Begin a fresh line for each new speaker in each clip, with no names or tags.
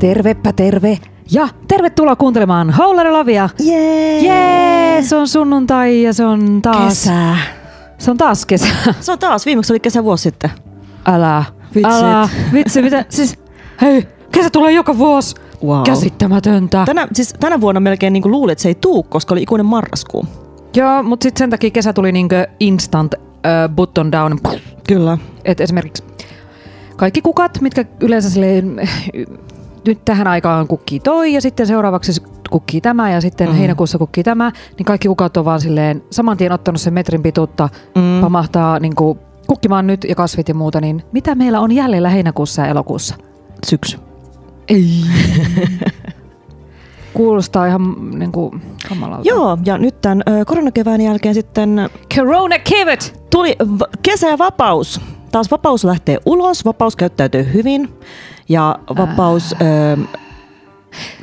Tervepä terve ja tervetuloa kuuntelemaan Howler Lavia.
Jee!
Jee, se on sunnuntai ja se on taas...
Kesä.
Se on taas kesä.
Se on taas, viimeksi oli kesä vuosi sitten.
Älä.
Vitsit.
Älä. Vitsi, mitä? Siis, hei, kesä tulee joka vuosi.
Wow.
Käsittämätöntä.
Tänä, siis tänä vuonna melkein niin luulin, että se ei tuu, koska oli ikuinen marraskuu.
Joo, mutta sitten sen takia kesä tuli niinkö instant uh, button down.
Kyllä.
Et esimerkiksi kaikki kukat, mitkä yleensä silleen, eh, y- nyt tähän aikaan kukkii toi ja sitten seuraavaksi s- kukkii tämä ja sitten mm. heinäkuussa kukkii tämä, niin kaikki kukat on vaan silleen saman tien ottanut sen metrin pituutta, mm. pamahtaa niin kuin, kukkimaan nyt ja kasvit ja muuta, niin mitä meillä on jäljellä heinäkuussa ja elokuussa?
Syksy.
Ei. Kuulostaa ihan niin kuin, kamalalta.
Joo, ja nyt tämän ö, koronakevään jälkeen sitten
Corona kevät!
tuli v- kesä ja vapaus. Taas vapaus lähtee ulos, vapaus käyttäytyy hyvin ja vapaus... Ö,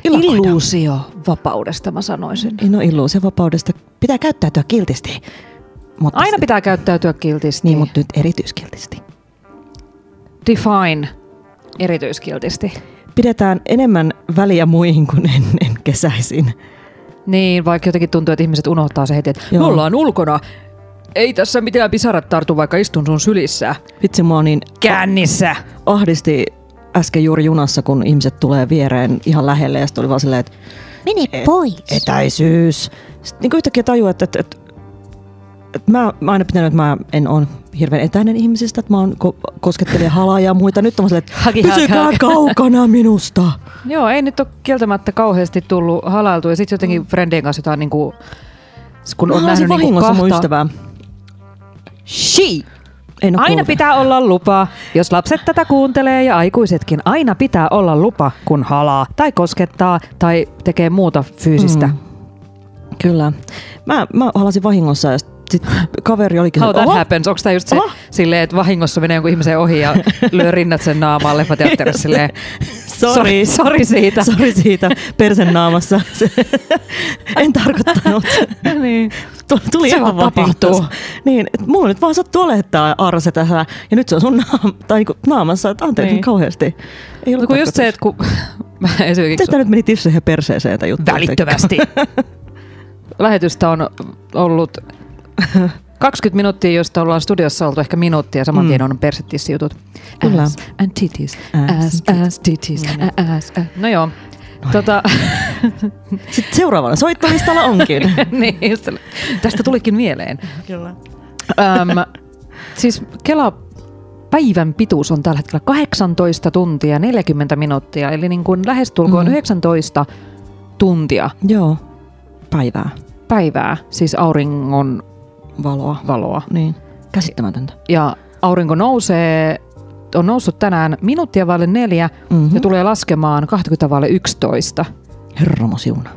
illakoidaan.
Illuusio vapaudesta mä sanoisin.
Ei no illuusio vapaudesta. Pitää käyttäytyä kiltisti. Mutta
Aina pitää käyttäytyä kiltisti.
Niin, mutta nyt erityiskiltisti.
Define erityiskiltisti.
Pidetään enemmän väliä muihin kuin ennen kesäisin.
Niin, vaikka jotenkin tuntuu, että ihmiset unohtaa se heti, että
Joo.
me ollaan ulkona. Ei tässä mitään pisarat tartu, vaikka istun sun sylissä.
Vitsi, mua niin
Kännissä.
ahdisti äsken juuri junassa, kun ihmiset tulee viereen ihan lähelle ja sitten oli vaan silleen, että
Mene pois.
etäisyys. Sitten niin yhtäkkiä tajua, että, että, että, että mä, mä aina pitänyt, että mä en ole hirveän etäinen ihmisistä, että mä oon ko- koskettelija halaa ja muita. Nyt on vaan silleen,
Haki,
että
haki,
pysykää
haki.
kaukana minusta.
Joo, ei nyt ole kieltämättä kauheasti tullut halailtua. Ja sitten jotenkin frendien kanssa jotain niinku... Kun on
Mm. mä
nähnyt
nähnyt
niinku
vahingossa mun
kahta...
ystävää. No
She!
Ei oo
Aina
kuullut.
pitää olla lupa. Jos lapset tätä kuuntelee ja aikuisetkin, aina pitää olla lupa, kun halaa tai koskettaa tai tekee muuta fyysistä. Mm.
Kyllä. Mä, mä halasin vahingossa ja sitten kaveri olikin,
How
että
that
"Oho,
happens? Onko tämä just se
Oho.
silleen, että vahingossa menee jonkun ihmisen ohi ja lyö rinnat sen naamaan leffateatterissa silleen,
sorry,
sori, sori siitä.
sorry siitä persen naamassa. en tarkoittanut.
niin.
Tu- Tuli
Se
ihan
vaan tapahtuu.
vahingossa. Niin, et mulla nyt vaan sattuu olettaa arse tässä ja nyt se on sun naam, tai niinku naamassa, että anteeksi
Niin.
niin. kauheasti. Ei
No
ollut
kun just se,
tarkoitus.
että kun mä esimerkiksi
Tästä nyt meni tisseihin ja perseeseen tämä juttu.
välittömästi lähetystä on ollut 20 minuuttia, josta ollaan studiossa oltu ehkä minuuttia, saman tien on persettissijutut.
Mm. Kyllä.
Ass and titties,
Ass and
ass, ass, titties, ass, ass. No joo, tota,
Sitten seuraavana soittolistalla onkin.
niin, just se- tästä tulikin mieleen.
Kyllä.
Öm, siis Kela päivän pituus on tällä hetkellä 18 tuntia 40 minuuttia, eli niin kuin lähestulkoon mm. 19 tuntia
Joo, päivää,
päivää, siis auringon
valoa.
valoa.
Niin, käsittämätöntä.
Ja aurinko nousee, on noussut tänään minuuttia vaille neljä mm-hmm. ja tulee laskemaan 20 vaille 11.
Herramo siunaa.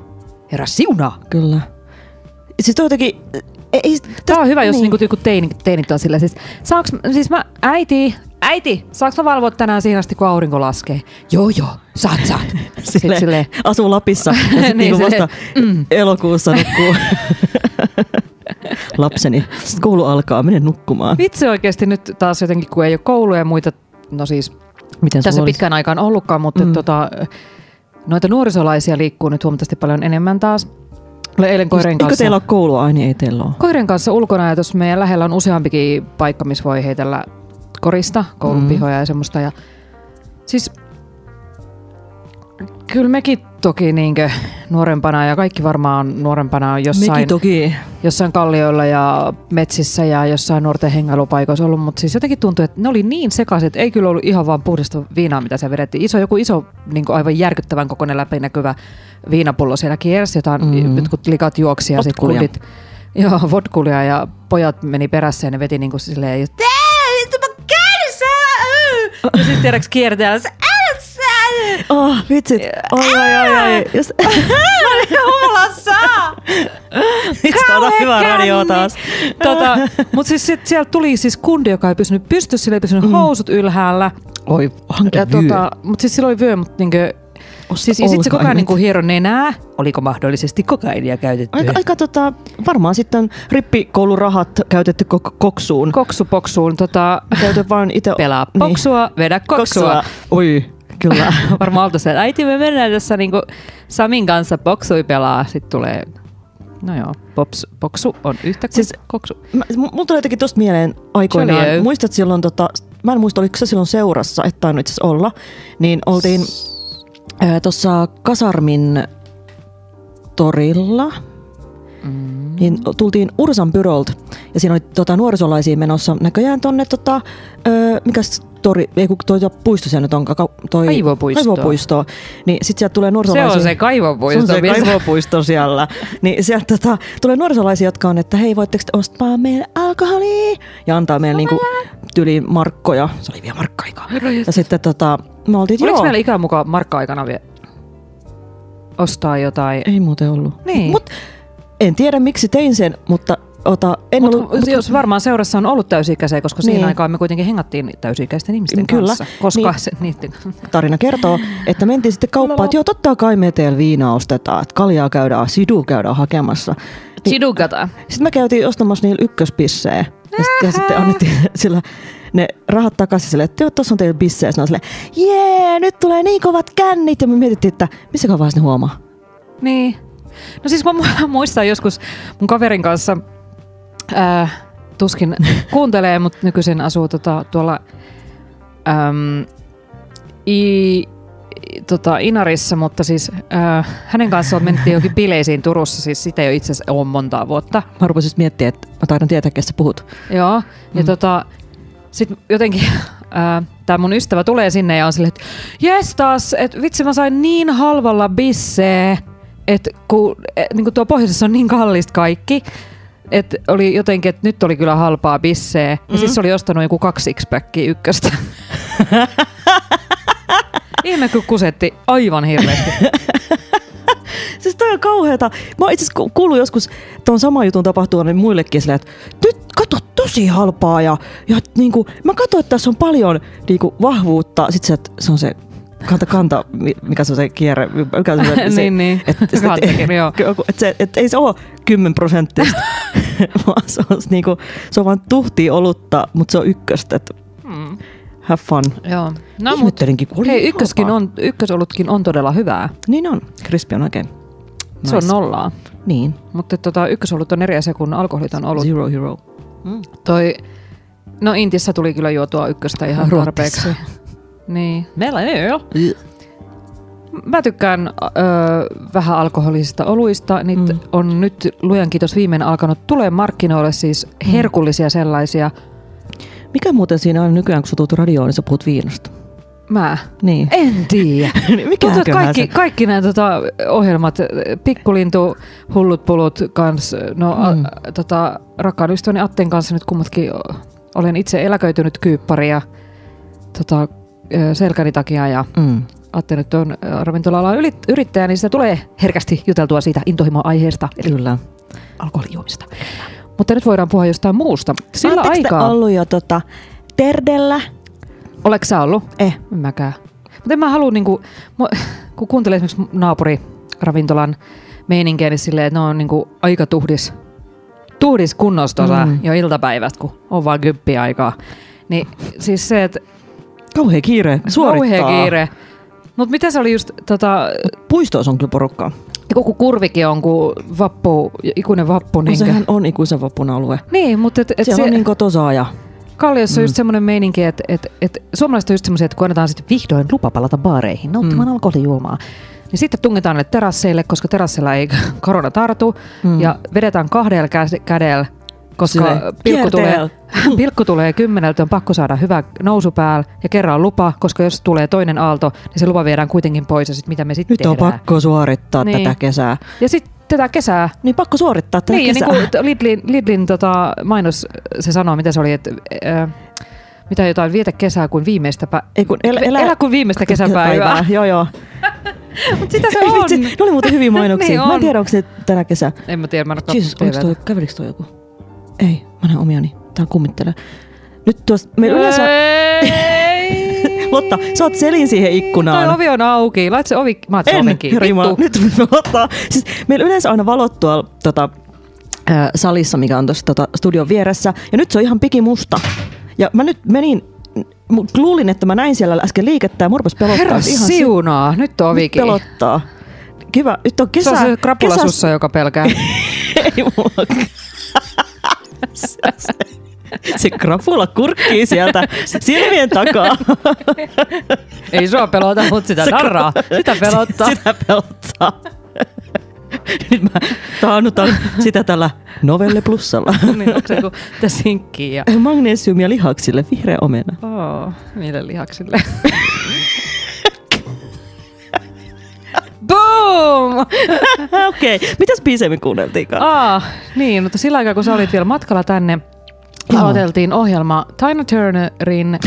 Herra siunaa!
Kyllä. Siis toi jotenkin... Ei, ei,
Tämä on hyvä, jos
niin.
niinku, joku teinit, teinit on sillä. Siis, saaks, siis mä, äiti, äiti, saaks mä valvoa tänään siinä asti, kun aurinko laskee? Joo, joo, saat, saat. Sitten
sille,
silleen,
asuu Lapissa ja
Niin,
sitten niin,
silleen,
vasta mm. elokuussa nukkuu lapseni. Sitten koulu alkaa, mene nukkumaan.
Vitsi oikeasti nyt taas jotenkin, kun ei ole kouluja ja muita, no siis
Miten
tässä
sulla olisi?
pitkään aikaan ollutkaan, mutta mm. tota, noita nuorisolaisia liikkuu nyt huomattavasti paljon enemmän taas. Olen eilen koireen
Eikö
kanssa.
teillä ole koulua? Ai niin, ei teillä ole.
Koirien kanssa ulkona ja tuossa meidän lähellä on useampikin paikka, missä voi heitellä korista, koulun
Mm.
pihoja ja semmoista. Ja, siis kyllä mekin toki niinkö nuorempana ja kaikki varmaan nuorempana on jossain,
toki.
jossain kallioilla ja metsissä ja jossain nuorten hengailupaikoissa ollut, mutta siis jotenkin tuntuu, että ne oli niin sekaiset, ei kyllä ollut ihan vaan puhdasta viinaa, mitä se vedettiin. Iso, joku iso, niin aivan järkyttävän kokoinen läpinäkyvä viinapullo siellä kiersi, jotain mm.
Mm.
jotkut likat juoksi ja sitten
Potkulia.
kundit, joo, votkulia ja pojat meni perässä ja ne veti niin kuin silleen, just, "Ää, nyt mä kärsän!" ja sitten tiedäks kiertää, se, "Älä sä!"
Oh, vitsit. Oi, oi, oi, oi. Just,
Humlassa!
vitsit, tää on hyvä radio taas.
Tota, Mutta siis sit sieltä tuli siis kundi, joka ei pysynyt pystyssä, sillä ei pysynyt mm. housut ylhäällä.
Oi, hankin
Ja tota, mutta siis silloin vyö, mutta niinkö, siis, ja sit se koko ajan niinku hieron nenää. Oliko mahdollisesti kokainia käytetty?
Aika, aika tota, varmaan sitten rippikoulurahat käytetty kok- koksuun.
Koksupoksuun, tota,
Käytä vaan itse...
pelaa poksua, niin. vedä Niin. koksua. koksua.
Oi, Kyllä.
Varmaan oltu se, että äiti me mennään tässä niinku Samin kanssa boksui pelaa, sitten tulee, no joo, pops, boksu on yhtä kuin siis,
Siis-
koksu.
Mä- m- Mulla tuli jotenkin tosta mieleen aikoinaan.
Joliev.
Muistat silloin, tota, mä en muista, oliko se silloin seurassa, että tainnut itse asiassa olla, niin oltiin tuossa Kasarmin torilla,
Mm.
niin tultiin Ursan Byrolta ja siinä oli tota, nuorisolaisia menossa näköjään tonne, tota, ö, mikäs tori, ei kun toi toi puisto siellä nyt onkaan, kau- toi
Aivopuistoa.
aivopuistoa. Niin sit sieltä tulee
Se
nuorisolaisia.
on se kaivopuisto.
Se on se
missä-
kaivopuisto siellä. Niin sieltä tota, tulee nuorisolaisia, jotka on, että hei, voitteko te ostaa meille alkoholia? Ja antaa meille niinku tyli markkoja. Se oli vielä markkaikaa.
Herra jestas.
Ja sitten tota, me oltiin, että
Oliko
joo.
meillä ikään mukaan markka-aikana vielä ostaa jotain?
Ei muuten ollut.
Niin.
Mut, en tiedä, miksi tein sen, mutta ota, en
Mutta
ollut... mut-
jos varmaan seurassa on ollut täysikäisiä, koska niin. siinä
Niin.
aikaan me kuitenkin hengattiin täysikäisten ihmisten
Kyllä.
kanssa. Koska
Niin.
se, niiden,
tarina kertoo, että mentiin sitten kauppaan, että joo, totta kai me teillä viinaa ostetaan, että kaljaa käydään, sidu käydään hakemassa. Niin,
Sidugata.
sitten me käytiin ostamassa niillä ykköspissejä. Ja, sit, ja sitten annettiin sillä ne rahat takaisin sille, että joo, tuossa on teillä bissejä. Sitten sille, jee, nyt tulee niin kovat kännit. Ja me mietittiin, että missäkään vaiheessa ne huomaa.
Niin. No siis mä mu- muistan joskus mun kaverin kanssa, ää, tuskin kuuntelee, mutta nykyisin asuu tota, tuolla äm, i, tota, Inarissa, mutta siis ää, hänen kanssaan mentiin johonkin bileisiin Turussa, siis sitä ei ole itse asiassa ole montaa vuotta.
Mä rupesin just miettiä, että mä taidan tietää, kestä puhut.
Joo, ja mm. tota, sit jotenkin äh, tämä mun ystävä tulee sinne ja on silleen, että jes taas, että vitsi mä sain niin halvalla bissee, että kun et, niin tuo pohjoisessa on niin kallista kaikki, että oli jotenkin, että nyt oli kyllä halpaa bissee. Mm. Ja siis se oli ostanut joku kaksi x-packia ykköstä. Ihme, kun kusetti aivan hirveästi.
Siis toi on kauheeta. Mä oon itse asiassa ku- kuullut joskus tuon saman jutun tapahtua niin muillekin silleen, että nyt kato tosi halpaa ja, ja niinku, mä katsoin, että tässä on paljon niinku, vahvuutta. Sitten se, että se on se kanta, kanta, mi- mikä se on se kierre, mikä se on se, se
Niin, niin.
Että et,
Kantakirja, joo.
et, se- et, ei se ole 10 prosenttista, vaan se on, s- niinku, se on vaan tuhti olutta, mutta se on ykköstä. Et
Mm.
have fun.
Joo.
No, Ihmettelinkin, kun oli
hei, ykköskin
halpaa.
on, ykkösolutkin on todella hyvää.
Niin on. Krispi on oikein.
Se on no- nollaa.
Niin.
Mutta tota, ykkösolut on eri asia kuin alkoholit on ollut.
Zero hero.
Mm. Toi, no Intissä tuli kyllä juotua ykköstä ihan
Ruotsissa.
tarpeeksi. Niin. Meillä ei ole. Mä tykkään öö, vähän alkoholisista oluista. Niitä mm.
Mm.
on nyt, lujan kiitos, viimein alkanut tulee markkinoille siis herkullisia sellaisia.
Mikä muuten siinä on nykyään, kun sä tulet radioon, niin sä puhut viinasta?
Mä
Niin.
en tiedä. Tuntuu, että
Mikäköhän
kaikki,
se-
kaikki nämä tota, ohjelmat, äh, pikkulintu, hullut pulut kans, no mm.
Mm.
a, tota, rakkaan ystäväni Atten kanssa nyt kummatkin o- olen itse eläköitynyt kyyppari ja tota, ö, selkäni takia ja
Mm.
Atte nyt on ö, ravintola-alan ylit- yrittäjä, niin sitä tulee herkästi juteltua siitä intohimo aiheesta, eli
Kyllä.
alkoholijuomista. Mutta nyt voidaan puhua jostain muusta. Sillä
Oletteko te
aikaa, ol-
ollut jo tota, terdellä?
oleks sä ollut?
Eh.
En mäkään. Mutta en mä halua, niinku, mu- kun kuuntelee esimerkiksi naapuriravintolan meininkiä, niin silleen, että ne on niinku aika tuhdis, tuhdis kunnosta mm.
Mm.
jo iltapäivät, kun on vaan kymppi aikaa. Niin siis se, että
Kauhea kiire. Suorittaa.
kauhea kiire. Mutta mitä se oli just, tota,
Puistoissa on kyllä porukkaa.
joku kurvikin on, kun vappu, ikuinen vappu.
No,
Niin,
sehän on ikuisen vapun alue.
niin mutta et, et
Siellä
se,
on niin kotosaa ja...
Kalliossa on
Mm.
just semmoinen meininki, että et, et, suomalaiset on just semmoisia, että kun annetaan sitten vihdoin lupa palata baareihin nauttimaan mm. alkoholijuomaa, niin sitten tungetaan ne terasseille, koska terassilla ei korona tartu, mm. ja vedetään kahdella käs- kädellä, koska
Silleen,
pilkku tulee,
kierteellä.
pilkku tulee kymmeneltä, on pakko saada hyvä nousu päällä, ja kerran lupa, koska jos tulee toinen aalto, niin se lupa viedään kuitenkin pois, ja sitten mitä me sitten
Nyt
tehdään.
on pakko suorittaa
Niin.
niin. tätä kesää.
Ja sitten tätä kesää
Niin pakko suorittaa tätä
niin, ja niin
kesää.
kuin t- Lidlin, Lidlin tota, mainos, se sanoo, mitä se oli, että ö, mitä jotain vietä kesää kuin viimeistä pä-
Ei kun elä,
elä, elä kuin viimeistä kesäpäivää.
Joo, joo.
Mutta sitä se
Ei
on.
vitsi, Ne oli muuten hyviä mainoksia.
Niin
Mä
on.
en tiedä, onko ne tänä kesä.
En mä tiedä, mä en oo
Jeesus,
katsonut
oliko toi,
TVtä.
kävelikö toi joku? Ei, mä näen omiani. Tää kummittelee. Nyt tuossa, me yleensä...
Ei.
Lotta, sä oot selin siihen ikkunaan.
Toi ovi on auki. Lait se ovi. Mä oot se oven kiinni.
herra Jumala.
Vittu.
Nyt me ottaa. Siis meillä yleensä aina valot tuolla tota, ää, salissa, mikä on tuossa tota, studion vieressä. Ja nyt se on ihan pikimusta. Ja mä nyt menin mut luulin, että mä näin siellä äsken liikettä ja morpas pelottaa.
Herra
ihan si-
siunaa, nyt on
nyt
vikin.
pelottaa. Kiva, nyt on
Se
kesä.
on se krapula
kesä-
sussa, joka pelkää.
Ei mulla. Se krapula kurkkii sieltä silmien takaa.
Ei sua pelota, mutta sitä
Se-
narraa. Sitä pelottaa.
Sitä pelottaa. Nyt mä taannutan sitä tällä Novelle Plussalla.
Niin onko se kuin sitä sinkkiä ja
Magnesiumia lihaksille, vihreä omena.
oh, niille lihaksille. Boom!
Okei, okay. mitäs biisejä me kuunneltiinkaan?
Ah, niin, mutta sillä aikaa kun sä olit vielä matkalla tänne,
Joo.
aloiteltiin ohjelma Tina Turnerin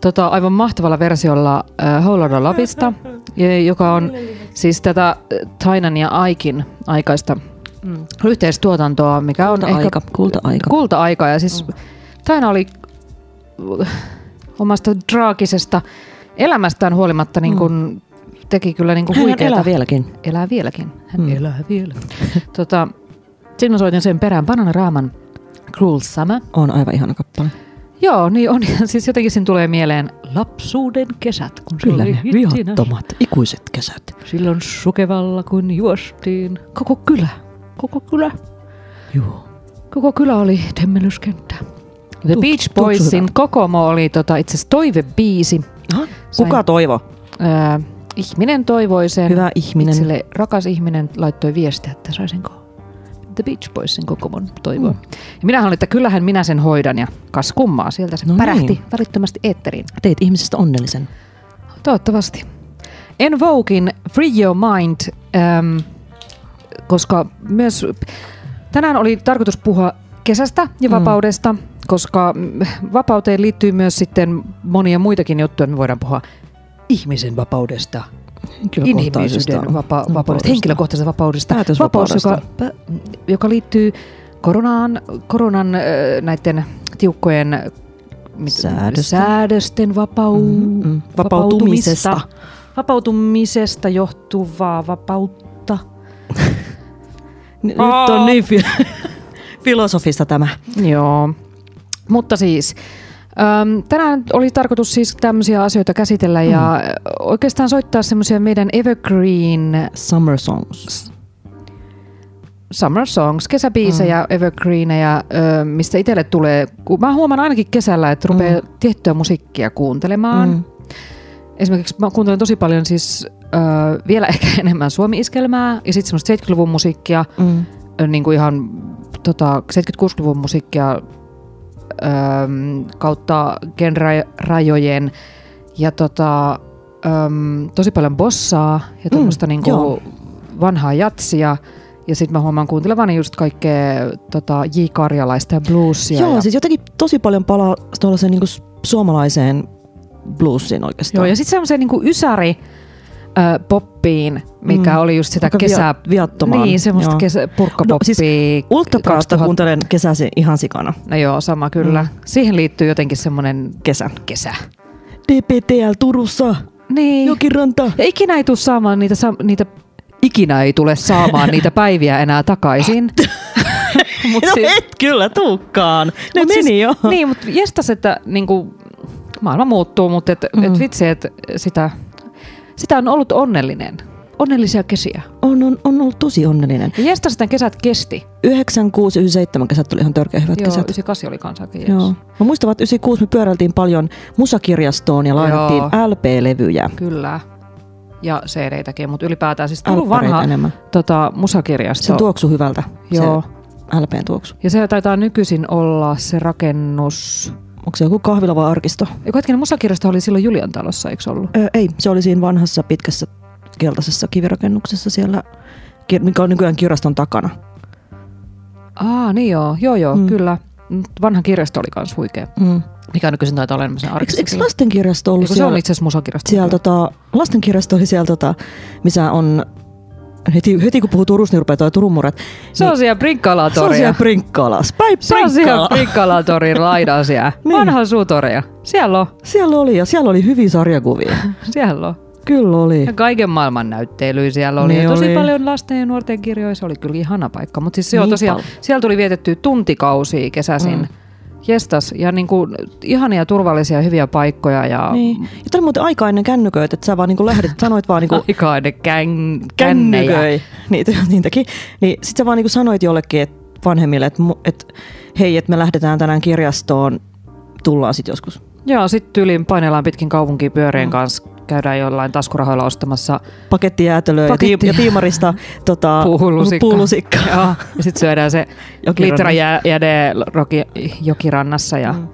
tota, aivan mahtavalla versiolla uh, Whole Lotta Lovista, ja- joka on siis tätä äh, Tinan ja Aikin aikaista mm, yhteistuotantoa, mikä on ehkä
Kulta-aika, kulta-aika.
kulta-aika. Ja siis
Mm.
Taina oli äh, omasta draagisesta elämästään huolimatta niin kun, teki kyllä niin kun
Mm. Hän
huikeata.
elää vieläkin.
Elää vieläkin. Hän mm. elää vielä. tota, sinun soitin sen perään Banana Raaman Cruel Summer.
On aivan ihana kappale.
Joo, niin on. Ja Siis jotenkin siinä tulee mieleen lapsuuden kesät, kun se
Kyllä
oli
ne
hittinä.
viattomat ikuiset kesät.
Silloin sukevalla, kun juostiin. Koko kylä. Koko kylä.
Joo.
Koko kylä oli temmelyskenttä. The
Tunt-
Beach
tuntuu
Boysin
hyvältä.
Kokomo oli tota, itse asiassa toivebiisi.
Kuka toivo?
Ää, ihminen toivoi sen.
Hyvä ihminen.
Itselle rakas ihminen laittoi viestiä, että saisinko The Beach Boysin kokomon toivoa. Mm. Ja minähän olin, että kyllähän minä sen hoidan ja kas kummaa, sieltä se
No
no pärähti
niin.
niin. välittömästi eetteriin.
Teit ihmisestä onnellisen.
Toivottavasti. En Voguein Free Your Mind, äm, koska myös tänään oli tarkoitus puhua kesästä ja vapaudesta, mm. koska mm, vapauteen liittyy myös sitten monia muitakin juttuja, me voidaan puhua ihmisen vapaudesta, inhimillisyyden vapa- vapaudesta, henkilökohtaisesta vapaudesta, vapaus,
Päätösvapaudesta.
joka, pä- joka liittyy koronaan, koronan äh, näiden tiukkojen mit-
Säädösten.
säädösten Mm-hmm. vapau-
Mm, mm. Vapautumisesta.
vapautumista, vapautumisesta johtuvaa vapautta.
N- Nyt on niin fi- filosofista tämä.
Joo, mutta siis äm, tänään oli tarkoitus siis tämmöisiä asioita käsitellä ja äh, oikeastaan soittaa semmoisia meidän evergreen
Summer songs.
summer songs, kesäbiisejä, mm. evergreenejä, ö, mistä itselle tulee. Kun mä huomaan ainakin kesällä, että rupeaa mm. tiettyä musiikkia kuuntelemaan.
Mm.
Mm. Esimerkiksi mä kuuntelen tosi paljon siis ö, vielä ehkä enemmän suomi-iskelmää ja sitten semmoista 70-luvun musiikkia,
Mm.
ö, niin kuin ihan tota, 70-60-luvun musiikkia ö, kautta genrajojen. Ja tota, öm, tosi paljon bossaa ja tuommoista mm,
joo.
niinku vanhaa jatsia. Ja sitten mä huomaan kuuntelevani just kaikkea tota, J. Karjalaista ja bluesia.
Joo,
ja,
siis jotenkin tosi paljon palaa tuollaiseen niin suomalaiseen bluesiin
joo,
oikeastaan.
ja sitten semmoiseen niinku ysäri ö, poppiin, mikä
Mm.
mm. oli just sitä
Aika via-
kesää.
viattomaan.
Niin, semmoista
Joo.
kesä, purkkapoppia.
No, siis Ultrapraasta
2000
kuuntelen kesäsi ihan sikana.
No joo, sama kyllä. Mm. Siihen liittyy jotenkin semmoinen
Kesän.
kesä.
DPTL Turussa.
Niin.
Jokiranta.
Ja ikinä ei tule saamaan niitä, sa- niitä ikinä ei tule saamaan niitä päiviä enää takaisin. mut
No
siis-
et kyllä tuukkaan. Ne
mut
meni
siis,
jo.
Niin, mutta jestas, että niinku, maailma muuttuu, mutta et, mm. et vitsi, että sitä, sitä on ollut onnellinen. Onnellisia kesiä.
On, on, on ollut tosi onnellinen.
Ja jestas, että kesät kesti.
96, 97 kesät oli ihan törkeä hyvät
Joo,
kesät.
98 oli kanssa aika jees.
Joo. Mä muistan, että 96 me pyöräiltiin paljon musakirjastoon ja lainattiin
Joo.
LP-levyjä.
Kyllä. Ja CD-täkin, mutta ylipäätään siis Turun
Alppareita
vanha
enemmän.
tota, musakirjasto.
Se tuoksu hyvältä,
Joo.
se LPn tuoksu.
Ja se taitaa nykyisin olla se rakennus.
Onko se joku kahvila vai arkisto?
Joku hetkinen musakirjasto oli silloin Julian talossa, eikö ollut?
Ö, ei, se oli siinä vanhassa pitkässä keltaisessa kivirakennuksessa siellä, ki- mikä on nykyään kirjaston takana.
Aa, niin joo, joo joo,
Mm.
mm. kyllä. Mut Vanha kirjasto oli myös huikea.
Mm.
Mikä nykyisin taitaa olla enemmän
Eikö, eikö
arkistokirjasto?
lastenkirjasto ollut
Se
siellä?
on itse asiassa musakirjasto.
siellä tota, lastenkirjasto oli siellä, tota, missä on, heti, heti kun puhuu Turusta, niin rupeaa toi Turun murret. Niin,
se on siellä
Se on siellä
Prinkkalatoria.
Prinkkalas. Päin
Se on siellä
Prinkkala.
Prinkkalatorin laidan siellä.
Niin.
Vanha suutoria. Siellä on,
Siellä oli ja siellä oli hyviä sarjakuvia.
siellä on.
Kyllä oli.
Ja kaiken maailman näyttelyä siellä oli.
Niin
Niin ja tosi
oli.
oli. paljon lasten ja nuorten kirjoja. Se oli kyllä ihana paikka. Mutta siis se on
Niin
tosiaan,
paljon.
siellä tuli vietetty tuntikausia kesäisin.
Mm.
Mm. Jestas, ja niin kuin, ihania turvallisia hyviä paikkoja ja
Niin. Ja tämä oli muuten aika ennen kännyköitä, että sä vaan niinku lähdet, sanoit vaan niinku
aikainen kän, kännejä.
kännyköi, niitä, niitäkin, niin sit sä vaan niinku sanoit jollekin et vanhemmille, että et, hei, että me lähdetään tänään kirjastoon, tullaan sitten joskus.
Joo, sitten tyyliin painellaan pitkin kaupunkiin pyörien
Mm.
mm. kanssa, käydään jollain taskurahoilla ostamassa
Paketti jäätelöä ja, tiim-
Paketti-
ja tiimarista tota,
puulusikka.
puulusikka.
Joo, ja sitten syödään se
Jokirannassa.
litra jä- jäde roki, jokirannassa ja
Mm.
mm.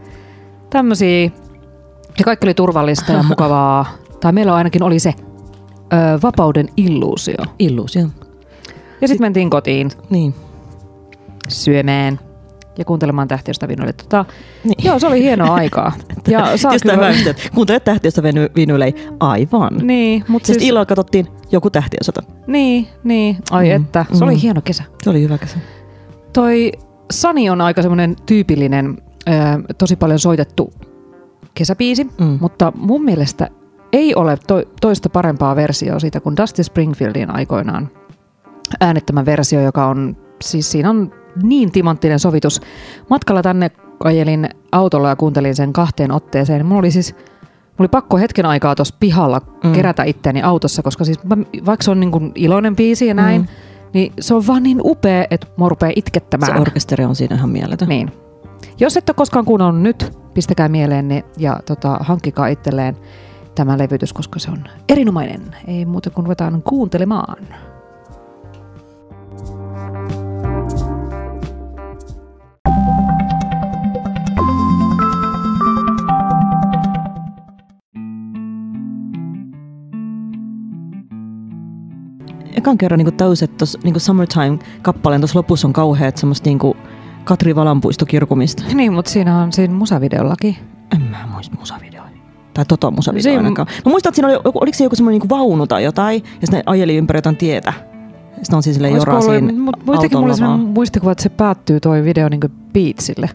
tämmöisiä. Ja kaikki oli turvallista ja mukavaa. Tai meillä ainakin oli se ö, vapauden illuusio.
Illuusio.
Ja sitten mentiin kotiin
Niin.
syömään ja kuuntelemaan tähtiöstä vinuille. Tota,
niin.
joo, se oli hienoa aikaa. Ja saa
Jostain
kyllä...
väystä, että kuuntelet tähtiöstä veny- vinylei. Aivan. Niin,
Niin, mutta
siis...
siis,
Sitten illalla katsottiin joku tähtiösota.
niin, niin, ai
Mm,
mm, että, se
mm.
oli hieno kesä.
Se oli hyvä kesä.
Toi Sani on aika semmoinen tyypillinen, ö, tosi paljon soitettu kesäbiisi,
Mm.
mutta mun mielestä ei ole to- toista parempaa versiota siitä kuin Dusty Springfieldin aikoinaan äänettämä versio, joka on, siis siinä on niin timanttinen sovitus. Matkalla tänne ajelin autolla ja kuuntelin sen kahteen otteeseen. Mulla oli siis Mulla oli pakko hetken aikaa tuossa pihalla
Mm.
mm. kerätä itteeni autossa, koska siis mä, vaikka se on niin kuin iloinen biisi ja näin,
Mm.
mm. niin se on vaan niin upea, että mua rupeaa itkettämään.
Se orkesteri on siinä ihan mieletön.
Niin. Jos et ole koskaan kuunnellut nyt, pistäkää mieleenne ja tota, hankkikaa itselleen tämä levytys, koska se on erinomainen. Ei muuta kuin ruvetaan kuuntelemaan.
ekan kerran niin täysin, että tuossa niin Summertime-kappaleen tuossa lopussa on kauheat semmoista niin Katri Valanpuisto kirkumista.
Niin, mutta siinä on siinä musavideollakin.
En mä muista musavideoita. Tai tota musavideo
Siin-
ainakaan. Mä muistan, että siinä oli, joku- oliko se joku semmoinen niin vaunu tai jotain, ja sitten ne ajeli ympäri jotain tietä. Sitten on siis silleen joraa siinä
muistakin
auton
mulla
lavaa.
sellainen muistikuva, että se päättyy toi video niin beatsille.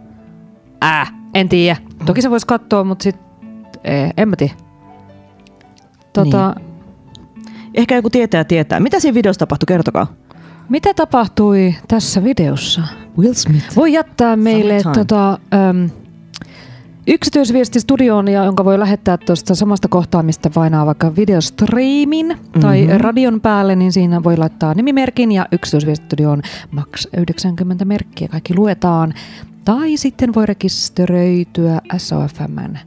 Äh, en tiedä. Toki se voisi katsoa, mutta sit, eh, en mä tiedä. Tota, niin.
Ehkä joku tietää tietää. Mitä siinä videossa tapahtui? Kertokaa.
Mitä tapahtui tässä videossa?
Will Smith.
Voi jättää meille
Summertime.
tota, äm, yksityisviesti studioon, ja jonka voi lähettää tuosta samasta kohtaa, mistä painaa vaikka videostriimin mm-hmm. tai
Mhm.
radion päälle, niin siinä voi laittaa nimimerkin ja yksityisviesti studioon maks 90 merkkiä. Kaikki luetaan. Tai sitten voi rekisteröityä SOFMn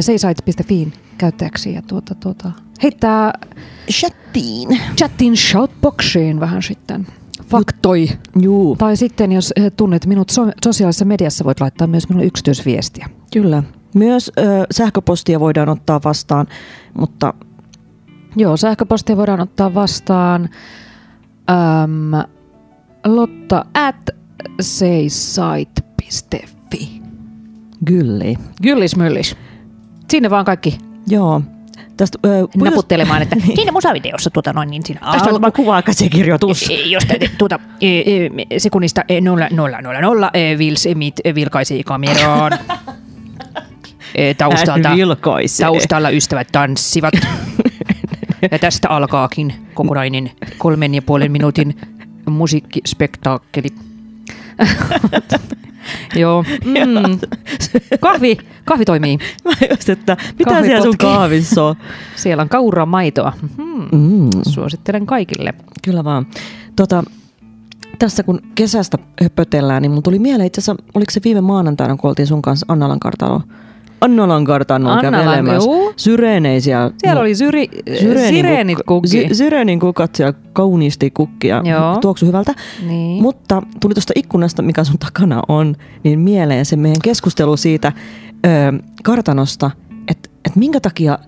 seisait.fiin käyttäjäksi ja tuota, tuota, heittää
Shattiin.
chatin shoutboxiin vähän sitten faktoi.
Juu,
Tai sitten, jos eh, tunnet minut so- sosiaalisessa mediassa, voit laittaa myös minulle yksityisviestiä.
kyllä. Myös ö, sähköpostia voidaan ottaa vastaan, mutta
Joo, sähköpostia voidaan ottaa vastaan. Öm, Lotta at seisait.fi.
kyllä.
Gyllis myllis. Sinne vaan kaikki
Joo. Tästä, ö,
naputtelemaan, että
Niin.
siinä musavideossa tuota noin, niin siinä
Tästä on
alku-
tämä kuvaa käsikirjoitus.
Eh, Jos täytyy tuota, eh, eh, sekunnista 000 Will Smith eh, vilkaisi kameraan. Eh, Taustalta,
Hän vilkaisee.
taustalla ystävät tanssivat. Ja tästä alkaakin kokonainen kolmen ja puolen minuutin musiikkispektaakkeli. Joo. Mm. Kahvi, kahvi toimii.
Mä just, että mitä
Kahvi
siellä sun
potkii.
kahvissa on?
Siellä on kauramaitoa. Hmm.
Mm,
Suosittelen kaikille.
kyllä vaan. Tota, tässä kun kesästä höpötellään, niin mun tuli mieleen itse asiassa, oliko se viime maanantaina, kun oltiin sun kanssa Annalan kartanoa? Annalan kartanoa
Annalan,
kävelemässä.
juu.
Syreneisiä.
Siellä oli syri, sireenit No. kukki.
Syreenin kukat siellä kauniisti kukkia.
Joo.
Tuoksu hyvältä.
Niin.
Mutta tuli tuosta ikkunasta, mikä sun takana on, niin mieleen se meidän keskustelu siitä ö, kartanosta, että et minkä takia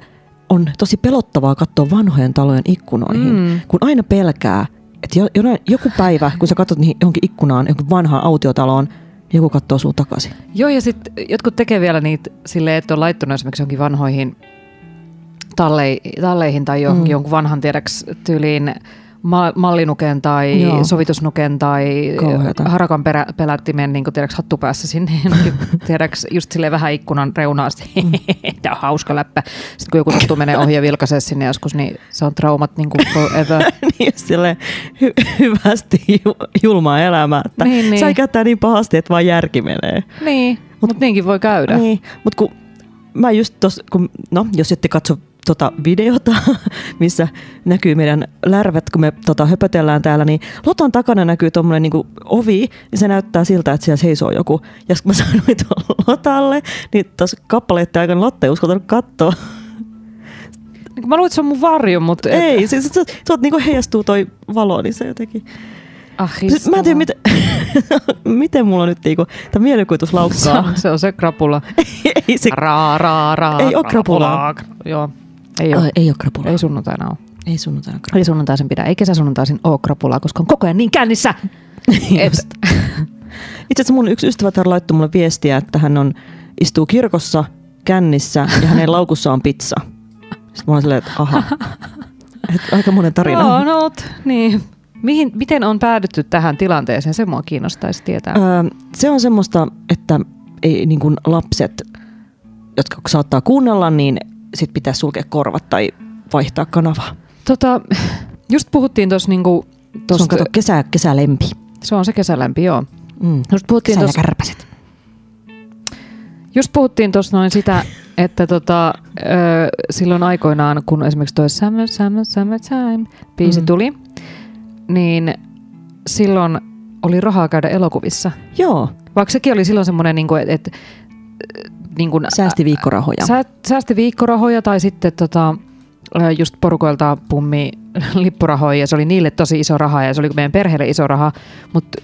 on tosi pelottavaa katsoa vanhojen talojen ikkunoihin, mm.
Mm.
kun aina pelkää, että jo, jonain- joku päivä, kun sä katsot niihin johonkin ikkunaan, johonkin vanhaan autiotaloon, niin joku katsoo sun takaisin.
Joo, ja sitten jotkut tekee vielä niitä silleen, että on laittanut esimerkiksi jonkin vanhoihin tallei, talleihin tai johonkin,
Mm.
mm. jonkun vanhan tiedäks tyyliin ma- mallinuken tai
Joo.
Joo. sovitusnuken tai
Kauheeta.
harakan perä, pelättimen niin tiedäks, hattu päässä sinne, jonnekin, tiedäks, just sille vähän ikkunan reunaan.
Mm.
Tämä on hauska läppä. Sitten kun joku tuttu menee ohi ja vilkaisee sinne joskus, niin se on traumat niin kuin forever.
niin sille hy- hyvästi ju- julmaa elämää. Että
Niin, niin.
Sä käyttää niin pahasti, että vaan järki menee.
niin, mutta niinkin voi käydä.
Niin, mutta kun mä just tos, kun, no jos ette katso tota videota, missä näkyy meidän lärvet, kun me tota, höpötellään täällä, niin Lotan takana näkyy tuommoinen niinku ovi, niin se näyttää siltä, että siellä seisoo joku. Ja kun mä sanoin tuon Lotalle, niin tuossa kappaleiden aikana Lotte ei uskaltanut katsoa.
Niin. Mä luulen, että se on mun varjo, mutta... et-
Ei, siis sä, sä, oot niinku heijastuu toi valo, niin se jotenkin.
Ah,
Siis mä en tiedä,
histavaa.
miten, miten mulla nyt niinku, tämä mielikuvitus
Se
laukkaa.
on, se on se krapula.
ei se,
Raa, raa, raa.
Ei oo krapulaa.
krapulaa. Joo. Ei, oo.
ei ole krapula.
ei sunnuntaina ole.
Ei sunnuntaina krapula.
Ei sunnuntaisin pidä. Ei kesäsunnuntaisin ole krapulaa, koska on koko ajan niin kännissä. Et-
Itse asiassa mun yksi ystävä täällä laittoi mulle viestiä, että hän on, istuu kirkossa kännissä ja hänen laukussa on pizza. Sitten mä oon silleen, että aha. Et aika monen tarina.
Joo, no, oot. niin. Mihin, miten on päädytty tähän tilanteeseen? Se mua kiinnostaisi tietää.
Öö, se on semmoista, että ei, niin kuin lapset, jotka saattaa kuunnella, niin sit pitää sulkea korvat tai vaihtaa kanavaa.
Tota, just puhuttiin tuossa, niinku,
Tuossa
tosta-
on kato kesä, kesälempi.
se on se kesälämpi, joo.
Mm.
Just No, puhuttiin
Kesällä
tuossa
kärpäset.
Just puhuttiin tuossa noin sitä, että tota, ö, silloin aikoinaan, kun esimerkiksi toi Summer, Summer, Summer Time biisi
Mm.
mm. tuli, niin silloin oli rahaa käydä elokuvissa.
Joo,
Vaikka sekin oli silloin semmoinen, niin että et, niin kuin,
säästi viikkorahoja.
Sä, säästi viikkorahoja tai sitten tota, ö, just porukoilta pummi lippurahoja ja se oli niille tosi iso raha ja se oli meidän perheelle iso raha. Mutta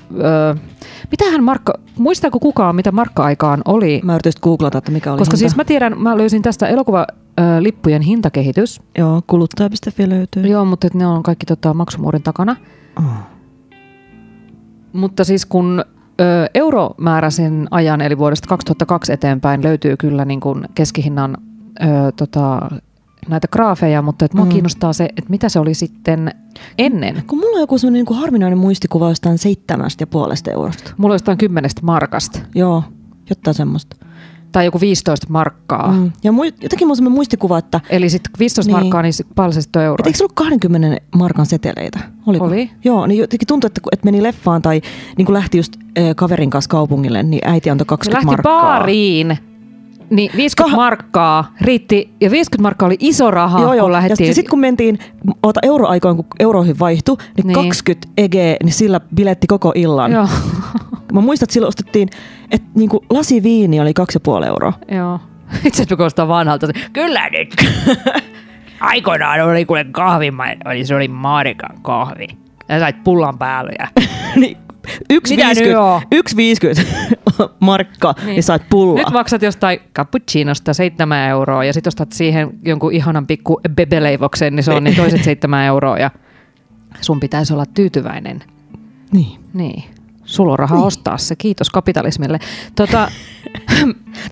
mitähän Markka, muistaako kukaan mitä Markka-aikaan oli?
Mä yritin just googlata, että mikä oli
Koska
hinta.
siis mä tiedän, mä löysin tästä elokuvalippujen hintakehitys.
Joo, kuluttaja.fi löytyy.
Joo, mutta et ne on kaikki tota, maksumuurin takana.
Oh.
Mutta siis kun ö, euromääräisen ajan, eli vuodesta 2002 eteenpäin, löyti kyllä niin kuin keskihinnan ö, tota, näitä graafeja, mutta et mua
Mm.
mm. kiinnostaa se, että mitä se oli sitten ennen.
Kun mulla on joku semmoinen niin harvinainen muistikuva jostain seitsemästä ja puolesta eurosta.
Mulla on jostain 10 markasta
Joo, jotain semmoista.
tai joku 15 markkaa. Mm.
Mm. Ja mui, jotenkin mulla on semmoinen muistikuva, että
Eli sitten 15
Niin.
niin. markkaa, niin se- paljon se sitten on
et
euroa.
eikö se ollut 20 markan seteleitä? Oliko?
Oli.
Joo, niin jotenkin tuntui, että kun et meni leffaan tai niin kun lähti just äh, kaverin kanssa kaupungille, niin äiti antoi
Se
20
lähti
markkaa.
baariin, niin 50
Kah-
Kah- markkaa riitti, ja 50 markkaa oli iso raha,
joo, joo.
kun lähdettiin.
Ja sitten kun mentiin, ota euroaikoin, kun euroihin vaihtui, niin, niin.
Niin.
20 EG, niin sillä biletti koko illan.
Joo,
Mä muistan, että silloin ostettiin, että niinku lasi viini oli 2,5 euroa.
joo. Itse asiassa kuulostaa vanhalta. se, Kyllä nyt. Aikoinaan oli kuule kahvima, oli, se oli Marikan kahvi. Ja sait pullan päälle. Ja...
niin, yksi
Mitä nyt on?
50, yksi 50 markka, niin, niin saat pullaa.
Nyt maksat jostain cappuccinosta 7 euroa ja sit ostat siihen jonkun ihanan pikku bebeleivoksen, niin se on niin toiset 7 euroa ja sun pitäisi olla tyytyväinen.
Niin.
Niin. Sulla on raha
Niin.
niin. ostaa se, kiitos kapitalismille. Tota,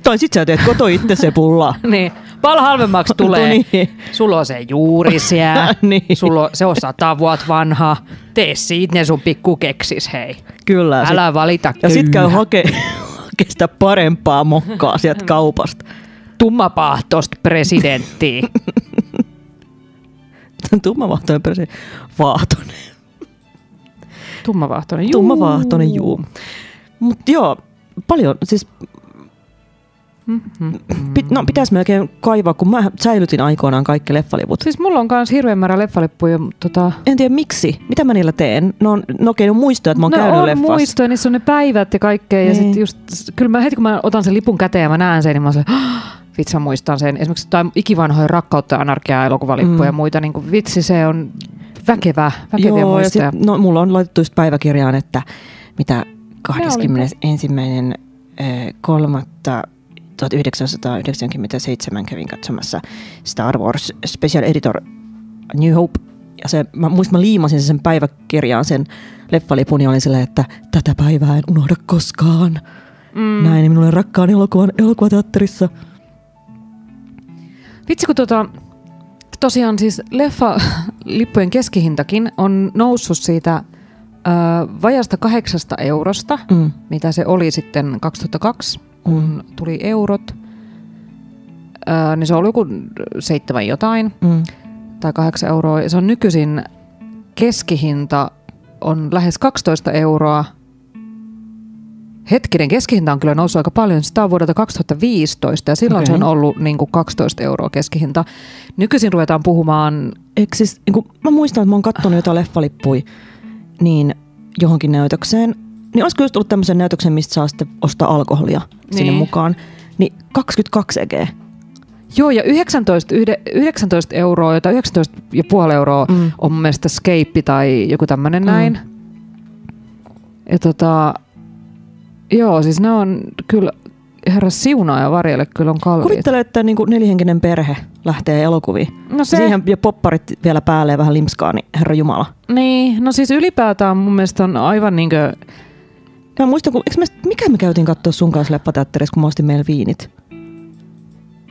Tai sit sä teet koto itse se pullaa.
niin, paljon halvemmaksi tulee.
Niin.
Sulla on se juuri siellä.
Niin.
Sulla on, se on sata vuotta vanha. Tee siitä ne sun pikku keksis, hei.
Kyllä. sit-
Älä valita
ja sit käy
kylmää.
hake, hake sitä parempaa mokkaa sieltä kaupasta.
tummapahtoista presidenttiä.
Tummavahtoinen persi. Vaahtoinen.
Tummavahtoinen, juu.
Tummavahtoinen, juu. Mut joo, paljon. Siis,
Mhm.
pit, no pitäis melkein kaivaa, kun mä säilytin aikoinaan kaikki leffalivut.
Siis mulla on kans hirveän määrä leffalippuja. mutta Tota,
En tiedä miksi. Mitä mä niillä teen? No, on- no okei, no muistoja, että mä oon
no
käynyt
on
leffassa.
muistoja, niissä on ne päivät ja kaikkea. Ja
Niin.
sit just, s- kyllä mä heti kun mä otan sen lipun käteen ja mä näen sen, niin mä oon sellainen, "Ah, vitsi mä muistan sen. Esimerkiksi jotain ikivanhoja rakkautta, anarkiaa, elokuvalippuja ja
Mm.
muita. Niin kuin, vitsi, se on väkevä, väkeviä Joo,
ja
muistoja.
Sit, no, mulla on laitettu just päiväkirjaan, että mitä 21. kolmatta 1997 kävin katsomassa Star Wars Special Editor New Hope. Ja se, mä muistan, mä liimasin sen päiväkirjaan sen leffalipun ja olin silleen, että tätä päivää en unohda koskaan. Mm. Näin minulle rakkaan elokuvan elokuvateatterissa.
Vitsi kun tota, tosiaan siis leffa lippujen keskihintakin on noussut siitä ö, vajasta kahdeksasta eurosta,
Mm.
mitä se oli sitten 2002, kun tuli eurot. Ö, niin se oli joku seitsemän jotain
Mm.
tai kahdeksan euroa. Se on nykyisin keskihinta on lähes 12 euroa. Hetkinen, keskihinta on kyllä noussut aika paljon. Sitä on vuodelta 2015 ja silloin okay. se
Okei.
on ollut niin kuin 12 euroa keskihinta. Nykyisin ruvetaan puhumaan,
Eikö siis, niin kun, mä muistan, että mä oon kattonut jotain leffalippui niin johonkin näytökseen. Niin olisiko just ollut tämmöisen näytöksen, mistä saa sitten ostaa alkoholia niin. sinne
Niin.
mukaan. Niin 22 EG.
joo ja 19, yhde- 19 euroa tai 19,5 euroa
Mm.
on mun mielestä Skype tai joku tämmöinen
Mm.
näin. Ja tota, joo siis ne on kyllä, herra siunaa ja varjelle kyllä on kalliit.
Kuvittele, että niin kuin nelihenkinen perhe lähtee elokuviin.
No
Se. Siihen ja popparit vielä päälle ja vähän limskaa, niin herra jumala.
Niin, no siis ylipäätään mun mielestä on aivan niinkö...
Mä muistan, kun, eikö me, mikä me käytiin katsoa sun kanssa leppateatterissa, kun mä ostin meillä viinit?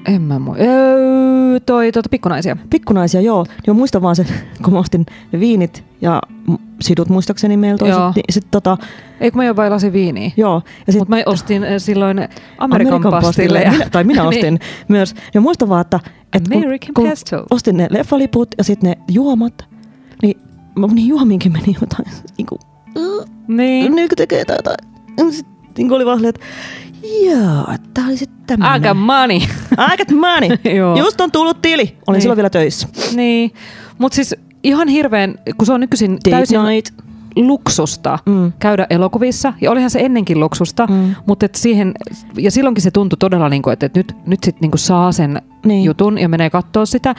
En mä mui. Öö, toi tuota, pikkunaisia.
Pikkunaisia, joo. Niin mä muistan vaan sen, kun mä ostin ne viinit ja m- sidut muistaakseni meillä toiset.
Joo.
Niin sit tota,
Eikö mä jo vai lasi viiniä?
joo. Ja sit
Mutta mä ostin äh, silloin Amerikan, Amerikan pastille.
Minä, tai minä ostin niin. myös. Ja muistan vaan, että, että kun,
American
kun
pastel.
ostin ne leffaliput ja sitten ne juomat, niin, mä- niin juomiinkin meni jotain. Niinku,
Niin.
niin.
niin.
niin kun tekee jotain. jotain. Sitten niin oli vaan silleen, että joo, tää oli sitten tämmönen.
Aika money.
Aika money.
Joo.
Just on tullut tili. Olin
Niin.
niin. silloin vielä töissä.
niin. Mutta siis ihan hirveän, kun se on nykyisin
Date
täysin
night.
luksusta
Mm.
käydä elokuvissa. Ja olihan se ennenkin luksusta.
Mm.
Mutta et siihen, ja silloinkin se tuntui todella niin kuin, että et nyt, nyt sit niin kuin saa sen niin.
Niin.
jutun ja menee katsoa sitä.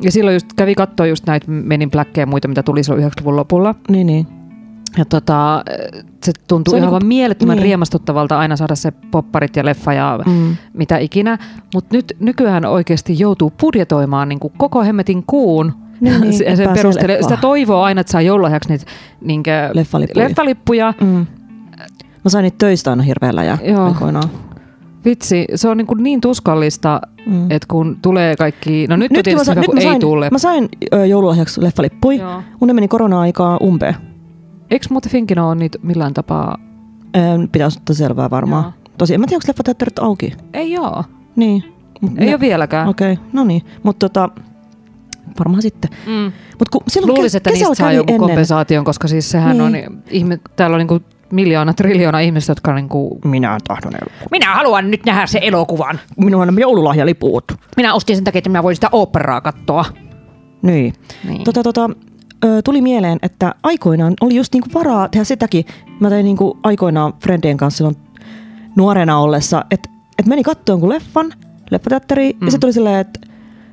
Ja silloin just kävi katsoa just näitä menin Blackia ja muita, mitä tuli silloin 90-luvun lopulla.
Niin, niin.
Ja tota, se tuntui se
Se on
ihan
niinku-
niin mielettömän
niin.
niin. riemastuttavalta aina saada se popparit ja leffa ja
Mm.
mitä ikinä. Mutta nyt nykyään oikeasti joutuu budjetoimaan niin kuin koko hemmetin kuun.
Niin, niin,
Se-
että
sen
pääsee
perusteella.
leffaan.
Sitä toivoo aina, että saa joululahjaksi niitä niinkö,
Leffalippuja.
leffalippuja.
Mm. Mä sain niitä töistä aina hirveällä ja
Joo.
aikoinaan.
Vitsi, se on niin, kuin niin tuskallista,
Mm.
että kun tulee kaikki... No nyt, nyt on
kun mä,
tietysti
sain-
hyvä,
nyt
kun
mä
ei
sain,
tule.
mä sain ö, joululahjaksi leffalippui.
Joo.
Mun ne meni korona-aikaa umpeen.
Eikö muuten Finkino ole niitä millään tapaa?
Ö, Pitäisi ottaa selvää varmaan.
Joo.
Tosi, en mä tiedä, onko leffateatterit auki.
Ei joo.
Niin. Mut
Ei
ne-
ole vieläkään.
Okei, okay. no niin. Mutta tota, varmaan sitten.
Mm.
Mut kun silloin
Luulisin, että
ke- kesällä
niistä saa
kävi
joku
ennen.
kompensaation, koska siis sehän niin. on...
Niin.
Ihme, täällä on niinku miljoona, triljoona ihmistä, jotka on niinku...
Minä tahdon elokuva.
Minä haluan nyt nähdä se elokuvan.
Minun on joululahjaliput.
Minä ostin sen takia, että minä voin sitä operaa katsoa.
Niin.
Niin.
Tota, tota, ö, tuli mieleen, että aikoinaan oli just niinku varaa tehdä sitäkin. Mä tein niinku aikoinaan Frendien kanssa silloin nuorena ollessa, että et meni kattoon kun leffan, leffateatteri, mm.
Mm.
ja se tuli silleen, että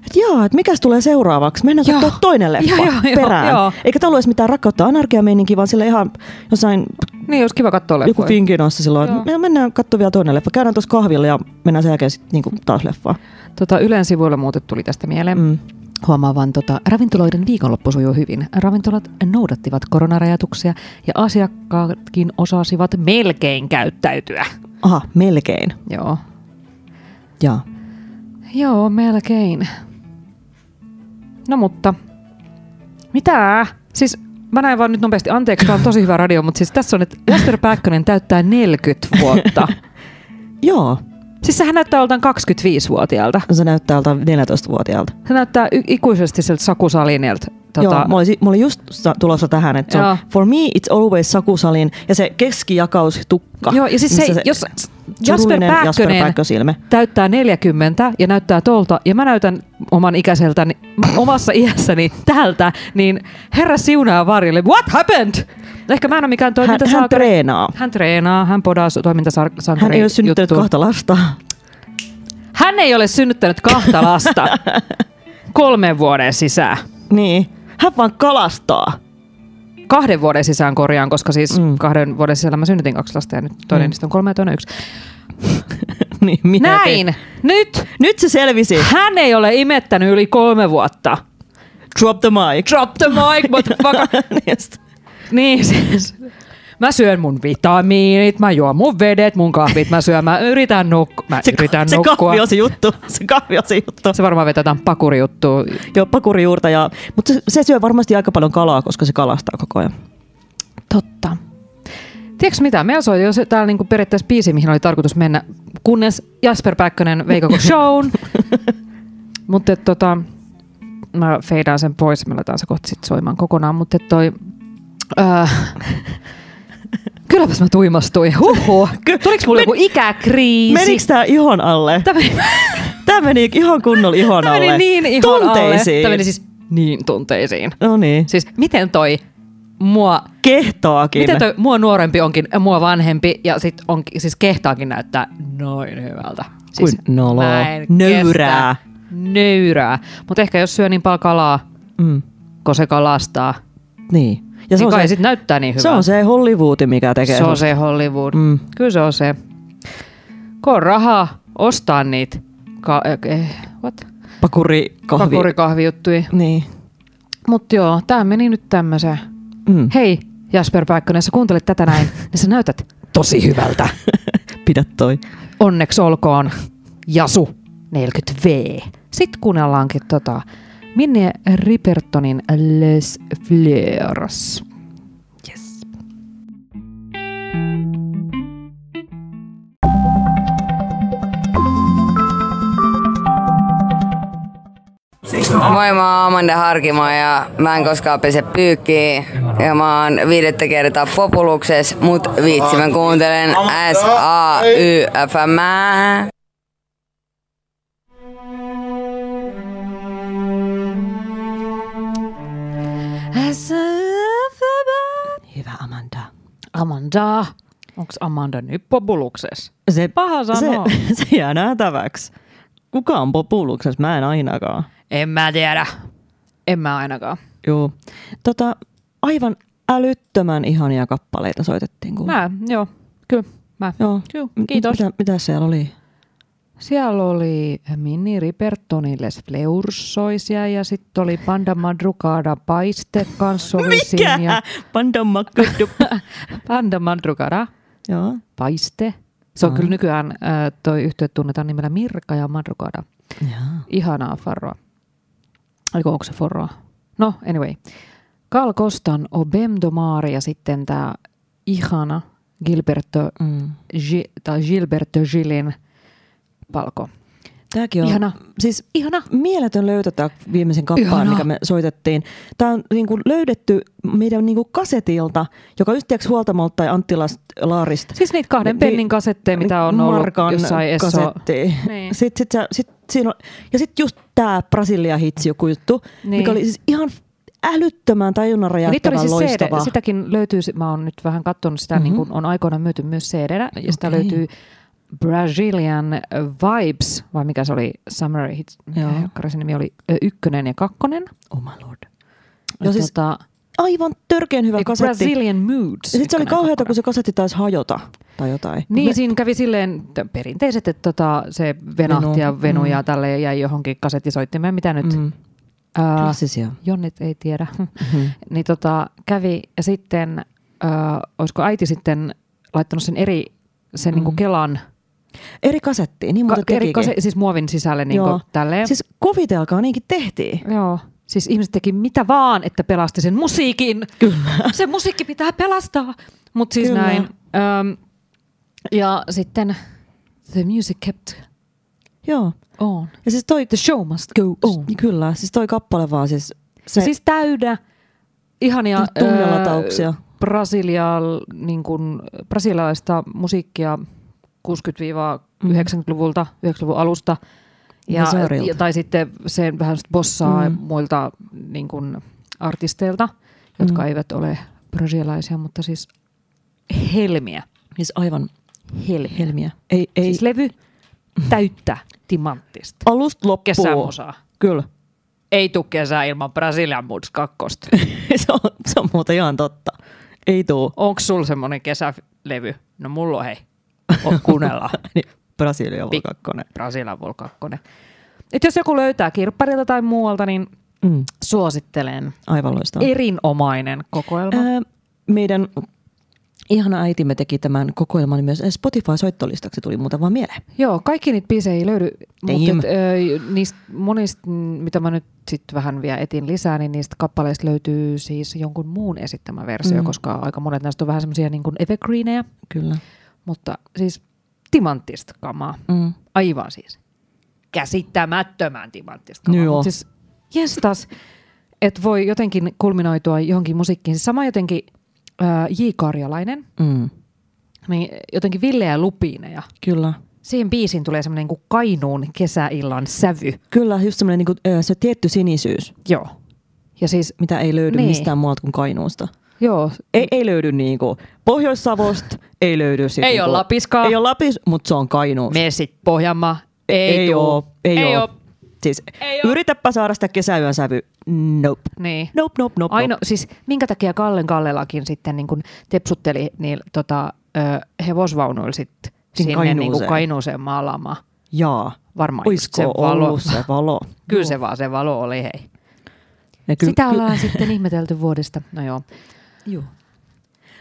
et jaa, että mikäs tulee seuraavaksi? Mennään
Joo.
katsomaan toinen leffa
Joo, joo, joo,
perään.
joo.
Eikä tämä ollut edes mitään rakkautta anarkiameininkiä, vaan sille ihan jossain
Niin, olisi kiva katsoa
joku
leffoja.
finkinossa silloin,
Joo.
että me mennään katsomaan vielä toinen leffa. Käydään tuossa kahvilla ja mennään sen jälkeen sitten niinku taas leffaan.
Tota, Ylen sivuilla muuten tuli tästä mieleen.
Mm.
Huomaavan, tota, ravintoloiden viikonloppu sujuu hyvin. Ravintolat noudattivat koronarajoituksia ja asiakkaatkin osasivat melkein käyttäytyä.
Aha, melkein.
Joo.
Jaa.
Joo, melkein. No mutta, mitä? Siis mä näin vaan nyt nopeasti, anteeksi, tää on tosi hyvä radio, mutta siis tässä on, että Jasper Pääkkönen täyttää 40 vuotta.
Joo,
Siis sehän näyttää oltaan 25-vuotiaalta.
se näyttää alta 14-vuotiaalta.
Se näyttää y- ikuisesti sieltä Saku Salinilta.
Tota... Joo, mä olin, mä olin just sa- tulossa tähän, että se
Joo.
on, for me it's always sakusalin ja se keskijakaus tukka.
Joo, ja siis se,
missä
se jos Jasper
surullinen Jasper
Pääkkönen
Pääkkösilme.
täyttää 40 ja näyttää tolta, ja mä näytän oman ikäiseltäni, omassa iässäni tältä, niin herra siunaa varjelle. What happened? Ehkä mä en ole mikään
Hän,
toimintasankari.
hän treenaa.
Hän treenaa, hän podaa su- toimintasankari
Hän ei ole synnyttänyt
juttu.
kahta lasta.
Hän ei ole synnyttänyt kahta lasta kolmen vuoden sisään.
Niin. Hän vaan kalastaa.
Kahden vuoden sisään korjaan, koska siis
Mm.
mm. kahden vuoden sisällä mä synnytin kaksi lasta ja nyt toinen
Mm.
mm. niistä on kolme ja toinen yksi.
niin, mitä
Näin!
Te?
Nyt!
Nyt se selvisi.
Hän ei ole imettänyt yli kolme vuotta.
Drop the mic. Niin,
Drop the mic, motherfucker!
Just.
niin siis. mä syön mun vitamiinit, mä juon mun vedet, mun kahvit, mä syön, mä yritän, nuk- mä
Se,
yritän
se
nukkua.
kahvi on siis- se juttu. Se kahvi on se juttu.
Se varmaan vetetään pakurijuttu.
Joo, pakurijuurta. Ja, mutta se, se syö varmasti aika paljon kalaa, koska se kalastaa koko ajan.
Totta. Tiedätkö mitä? Meillä soi jo se, täällä niinku periaatteessa biisi, mihin oli tarkoitus mennä, kunnes Jasper Pääkkönen vei koko shown. Mutta tota, mä feidaan sen pois, me laitetaan se kohta sit soimaan kokonaan. Mutta toi, äh, kylläpäs mä tuimastuin. Huhhuh.
Ky-
Tuliko mulla
men-
joku ikäkriisi?
Menikö tää ihon alle?
Tämä meni,
Tämä meni ihan kunnolla ihon
tää
alle.
meni niin ihon alle.
Tunteisiin.
Tämä meni siis niin tunteisiin.
No niin.
Siis miten toi mua
Kehtoakin.
Miten toi mua nuorempi onkin, ja mua vanhempi ja sit onkin, siis kehtaakin näyttää noin hyvältä. Siis
Kuin noloa.
mä en
Nöyrää.
kestä. Nöyrää. Mutta ehkä jos syö niin paljon kalaa,
Mm.
kun se kalastaa,
Niin.
ja se niin kai se, sit näyttää niin hyvältä.
se on se Hollywood, mikä tekee.
se, on
susta.
se Hollywood.
Mm.
Mm. Kyllä se on se. Kun on rahaa ostaa niitä ka- eh, what?
Pakuri, kahvi.
pakurikahvijuttuja.
Niin.
Mutta joo, tämä meni nyt tämmöiseen.
Mm.
Hei Jasper Pääkkönen, sä kuuntelet tätä näin, niin sä näytät tosi hyvältä.
Pidä toi.
onneksi olkoon Jasu 40V. Sitten kuunnellaankin tota Minne Ripertonin Les Fleurs.
Yes.
Moi, mä oon Amanda Harkimo ja mä en koskaan pese pyykkiä. Ja mä oon viidettä kertaa populukses, mut vitsi mä kuuntelen s a y f m
Hyvä Amanda.
Amanda. Onks Amanda nyt populukses?
Se,
Paha sanoa.
Se, se jää nähtäväksi. Kuka on populuksessa? Mä en ainakaan.
En mä tiedä. En mä ainakaan.
Joo. Tota, aivan älyttömän ihania kappaleita soitettiin. Kun...
Mä, joo. Kyllä, mä.
Joo.
Juu,
M-
kiitos.
Mitä, mitä siellä oli?
Siellä oli Minni Ripertonin Les Fleurs soisia ja sitten oli Panda Madrugada Paiste kanssa oli siinä ja
Panda makkadup.
Panda Madrugada
Joo.
Paiste. Se on
Aa.
kyllä nykyään, äh, toi yhtiö tunnetaan nimellä Mirka ja Madrugada.
Joo.
Ihanaa farroa. Oliko onko se forroa? No, anyway. Carl Kostan O Bem do Mare ja sitten tämä ihana Gilberto,
Mm.
Gi, tai Gilberto Gilin palko.
Tämäkin on
Ihana.
siis
Ihana.
mieletön löytö tämä viimeisen kappaleen,
Ihana.
mikä me soitettiin. Tämä on niin kuin löydetty meidän niin kuin kasetilta, joka on just tiiäks, Huoltamolta tai Anttilasta Laarista.
Siis niitä kahden
Ni-
pennin kasetteja, mitä on ollut
Markan
jossain Esso.
kasetti.
Niin.
Sit, sit, sä- sit, siinä on, ja sitten just tämä Brasilia-hitsi joku juttu, niin. mikä
Niin.
oli siis ihan älyttömän tajunnan
Ja niitä oli
räjähtävän
siis CD,
loistavaa.
sitäkin löytyy, mä oon nyt vähän katsonut sitä, mm-hmm. niin kun on aikoinaan myyty myös cd ja sitä
Mhm. Okei.
löytyy Brazilian Vibes, vai mikä se oli, Summer Hits,
Joo.
mikä helkkari se nimi oli, Ö, ykkönen ja kakkonen.
Oh my lord.
Ja
Joo, siis
tota,
aivan törkeen hyvä
eiku
kasetti.
Brazilian Moods.
Ja sitten se oli
ykkönen ja
kauheata, kun
kakkonen.
se kasetti taisi hajota tai jotain.
Niin, siinä kävi silleen t- perinteiset, että tota, se venahti
Venu.
ja venu ja tälleen jäi johonkin kasettisoittimeen, mitä nyt
Mm.
ää,
Klassisia.
Jonnit ei tiedä. niin tota, kävi ja sitten, ö, olisiko äiti sitten laittanut sen eri, sen niinku Kelan,
Eri kasettiin, niin
ka,
muuta
eri,
tekikin.
kase, siis muovin sisälle niinku tälleen. Siis,
Siis kuvitelkaa, niinkin tehtiin.
Joo. Siis ihmiset teki mitä vaan, että pelasti sen musiikin. Kyllä. Se musiikki pitää pelastaa. Mutta siis
Kyllä.
Kyllä. näin. Öm, ja sitten the music kept
Joo.
on.
Ja siis toi,
The show must go on.
kyllä, siis toi kappale vaan siis, se,
Se, siis täydä ihania
Tunnelatauksia.
ö, Brasilial, niin kuin, brasilialaista musiikkia 60-90-luvulta, 90-luvun alusta. Ja,
Masarilta.
ja, tai sitten se vähän sit bossaa
Mm.
mm. muilta niin kuin, artisteilta, jotka
Mm.
mm. eivät ole brasilialaisia, mutta siis helmiä.
siis aivan
helmiä.
helmiä. Ei, ei,
Siis
siis
levy täyttä timanttista.
alusta loppuun.
Kesämusaa.
Kyllä.
Ei tule kesää ilman Brazilian Moods 2.
se, on, se on muuten ihan totta. Ei tuu.
onko sulla semmoinen kesälevy? No mulla on hei, on kuunnella
niin, Brasilia on
Pik-
kakkonen.
Brasilan Vol 2. Et jos joku löytää kirpparilta tai muualta, niin
Mm,
suosittelen.
aivan loistavaa.
Erinomainen kokoelma.
Ää, meidän ihana äitimme teki tämän kokoelman myös Spotify-soittolistaksi, tuli muuta vaan mieleen.
Joo, kaikki niitä biisejä ei löydy, mutta
Damn.
et, ö, niistä monista, mm, mitä mä nyt sitten vähän vielä etin lisää, niin niistä kappaleista löytyy siis jonkun muun esittämä versio,
Mm.
mm. koska aika monet näistä on vähän semmoisia niin kuin evergreenejä,
Kyllä.
mutta siis timanttista kamaa.
Mm.
Aivan siis. Käsittämättömän timanttista kamaa.
Joo.
Mut Siis, jestas, että voi jotenkin kulminoitua johonkin musiikkiin. Siis sama jotenkin äh, J. Karjalainen,
Mm.
niin jotenkin Villeä Lupiineja.
Kyllä.
Siihen biisiin tulee semmoinen kuin Kainuun kesäillan sävy.
Kyllä, just semmoinen niin kuin, se tietty sinisyys,
Joo. Ja siis,
mitä ei löydy niin.
Niin.
mistään muualta kuin Kainuusta.
joo,
Ei, ei löydy niin kuin Pohjois-Savosta, ei löydy sit
Ei
niinku-
oo Lapiskaa.
Ei ole Lapis, mutta se on Kainuus.
Mesit Pohjanmaa. Ei,
ei
tuu.
oo, ei, oo.
oo.
Siis
Ei oo.
yritäpä saada sitä kesäyön sävy. Nope.
Niin.
Nope, nope, nope.
Aino,
nope.
siis minkä takia Kallen Kallellakin sitten niin kun tepsutteli niillä tota, ö, hevosvaunuilla sit sinne Kainuuseen. Niin kuin
Kainuuseen.
Kainuuseen maalaamaan?
Jaa.
Varmaan just
Oisko
se
ollut
valo.
se valo?
Kyllä se vaan se valo oli, hei.
Ja
Ky- Sitä
ky-
ollaan sitten ihmetelty vuodesta. No joo.
Joo.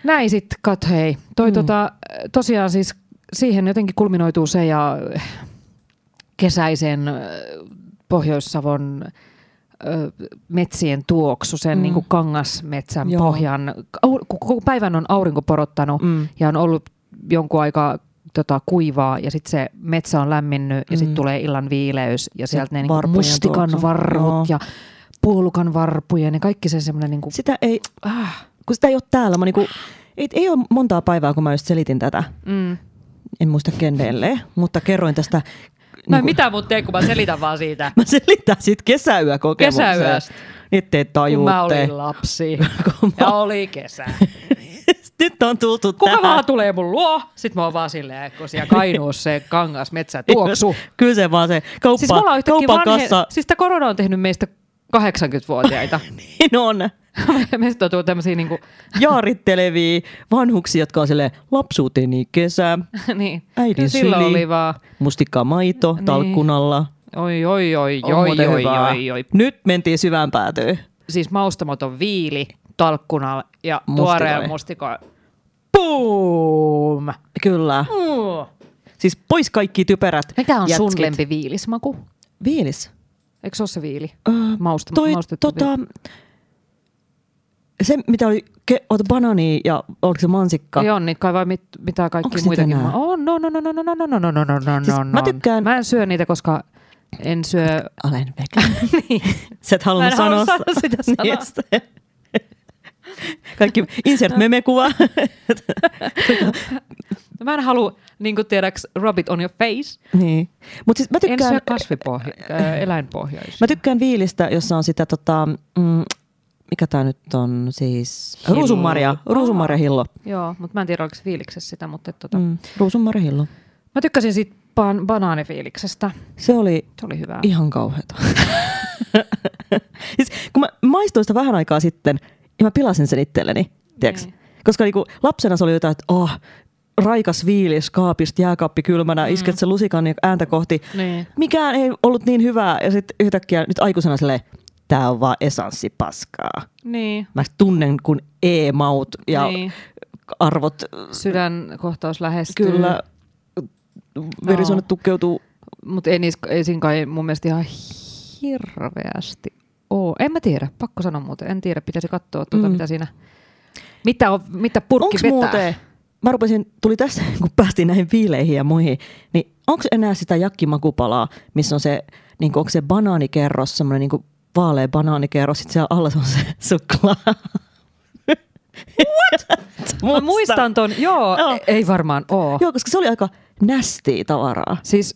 Näin sit, Kat, hei. Toi mm. tota, tosiaan siis siihen jotenkin kulminoituu se ja kesäisen ö, Pohjois-Savon ö, metsien tuoksu, sen mm. niin kuin kangasmetsän
Joo.
Joo. pohjan. Au- kun Koko päivän on aurinko porottanut
Mm.
mm. ja on ollut jonkun aikaa tota, kuivaa ja sitten se metsä on lämminnyt ja
Mm.
sitten tulee illan viileys ja sieltä ne niin
varpujen
mustikan
tuoksu. Joo.
varvut ja puolukan varpuja ja kaikki se semmoinen niin kuin,
Sitä ei,
ah,
kun sitä ei ole täällä. Mä niinku, ei, ei ole montaa päivää, kun mä just selitin tätä.
mm.
En muista kenelle, mutta kerroin tästä.
Mä
niinku-
en mitään muuta tee, kun mä selitän vaan siitä,
Mä selitän siitä kesäyökokemuksesta.
Kesäyöstä.
Nyt te
kun
tajuutte.
mä olin lapsi
Kun mä-
ja oli kesä.
Nyt on tultu
Kuka
tähän.
vaan tulee mun luo, sit mä oon vaan silleen, kun siellä Kainuussa se kangas metsä tuoksu.
Kyllä se vaan se kauppa,
Siis me ollaan yhtäkkiä
Siis kaupan
vanhe...
kassa.
Siis tää korona on tehnyt meistä 80-vuotiaita.
Niin on.
Meistä on tullut tämmösiä niinku,
Jaarittelevia vanhuksia, jotka on silleen lapsuuteni kesä,
niin.
äidin
Silloin
syli,
oli vaan,
mustikka maito
Niin.
talkkunalla.
oi oi oi
On
oi
muuten
oi
hyvää.
oi oi.
Nyt mentiin syvään päätyyn.
Siis maustamaton viili, talkkuna ja
Mustikoilla.
tuoreen mustikoilla. Boom!
Kyllä.
Mm.
Siis pois kaikki typerät
Mikä on sun
jätskit.
lempiviilismaku?
Viilis.
Eikö se ole se viili?
Öö,
Mausta,
Toi,
maustettu
tota, se, mitä oli, ke, ota banaani ja oliko se mansikka?
Ei Niin on niitä kai vai mit, mitä kaikki
Onks niitä
muitakin.
enää?
Ma- on, no, no, no, no, no, no, no, no, no, no, no, no,
Siis
no,
mä tykkään-
Mä en syö niitä, koska en syö...
Olen vegaani.
niin.
Sä et halunnut
Mä en
sanoa,
halua sanoa sitä sanaa.
Yes. Kaikki insert meme-kuva.
Mä en halua, niin kuin tiedäks, rub it on your face.
niin. Mutta siis mä
Tykkään... En syö
tykkään,
kasvipohja, äh, eläinpohjaisia.
mä tykkään viilistä, jossa on sitä tota, mm, mikä tää nyt on siis?
Hillo.
Ruusunmarja. Ruusunmarja hillo.
Joo, mutta mä en tiedä, oliko se fiiliksessä sitä, mutta et tota. Mm.
Mm, ruusunmarja hillo.
Mä tykkäsin siitä ban- banaanifiiliksestä.
Se oli
Se oli hyvää.
Ihan kauheeta. siis, kun mä maistoin sitä vähän aikaa sitten, ja mä pilasin sen itselleni, tiiäks?
Niin.
Koska niinku, lapsena se oli jotain, että oh, raikas viilis kaapista jääkaappi kylmänä, mm. isket sen lusikan niin ääntä kohti.
Niin.
Mikään ei ollut niin hyvää, ja sitten yhtäkkiä nyt aikuisena silleen, tää on vaan essanssipaskaa.
Niin.
Mä tunnen kun e-maut ja niin.
Niin.
arvot,
Sydänkohtaus lähestyy.
kyllä, verisuonet tukeutuu.
Mutta ei, niis, ei siinä kai mun mielestä ihan hirveästi oo. En mä tiedä, pakko sanoa muuten. En tiedä, pitäisi katsoa tuota,
Mm.
mm. mitä siinä, mitä, on, mitä purkki
Onko
vetää.
muuten, mä rupesin, tuli tässä, kun päästiin näihin viileihin ja muihin, niin onko enää sitä jakkimakupalaa, missä on se, niin onko se banaanikerros, semmoinen niin vaalea banaanikerros, sitten siellä alla se on se suklaa. What?
Mä muistan ton, joo,
Joo.
no. ei varmaan oo. Joo.
Joo, koska se oli aika nästiä tavaraa.
Siis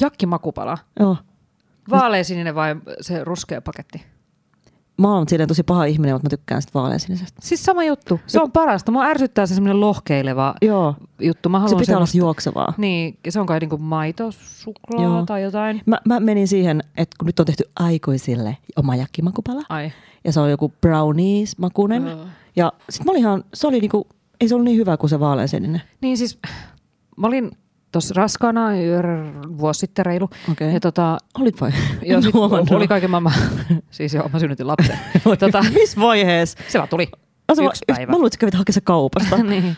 Jakki Makupala,
Joo.
vaaleasininen vai se ruskea paketti?
Mä oon silleen tosi paha ihminen, mutta mä tykkään sitä vaaleansinisestä.
Siis sama juttu, se on parasta. Mua ärsyttää se semmoinen lohkeileva
Joo.
juttu. Mä
Se
haluan
pitää olla
semmoista-
juoksevaa.
Niin, se on kai niinku maitosuklaa
Joo.
Joo. tai jotain.
Mä, mä menin siihen, että kun nyt on tehty aikuisille oma jakkimakupala.
Ai.
ja se on joku brownies makunen.
Joo.
Ja sit mä olin ihan, se oli niinku, ei se ollut niin hyvä kuin se vaaleansininen.
Niin siis, mä olin tuossa raskaana r- vuosi sitten reilu.
Okei.
Ja tota,
Olit vai?
ja
En
sit
huomannut.
oli kaiken maailman, siis joo, mä synnytin lapsen. tota,
Missä vaiheessa?
se vaan tuli.
Asa,
Yksi päivä.
Mä luulen, että sä kävit hakemassa kaupasta.
niin.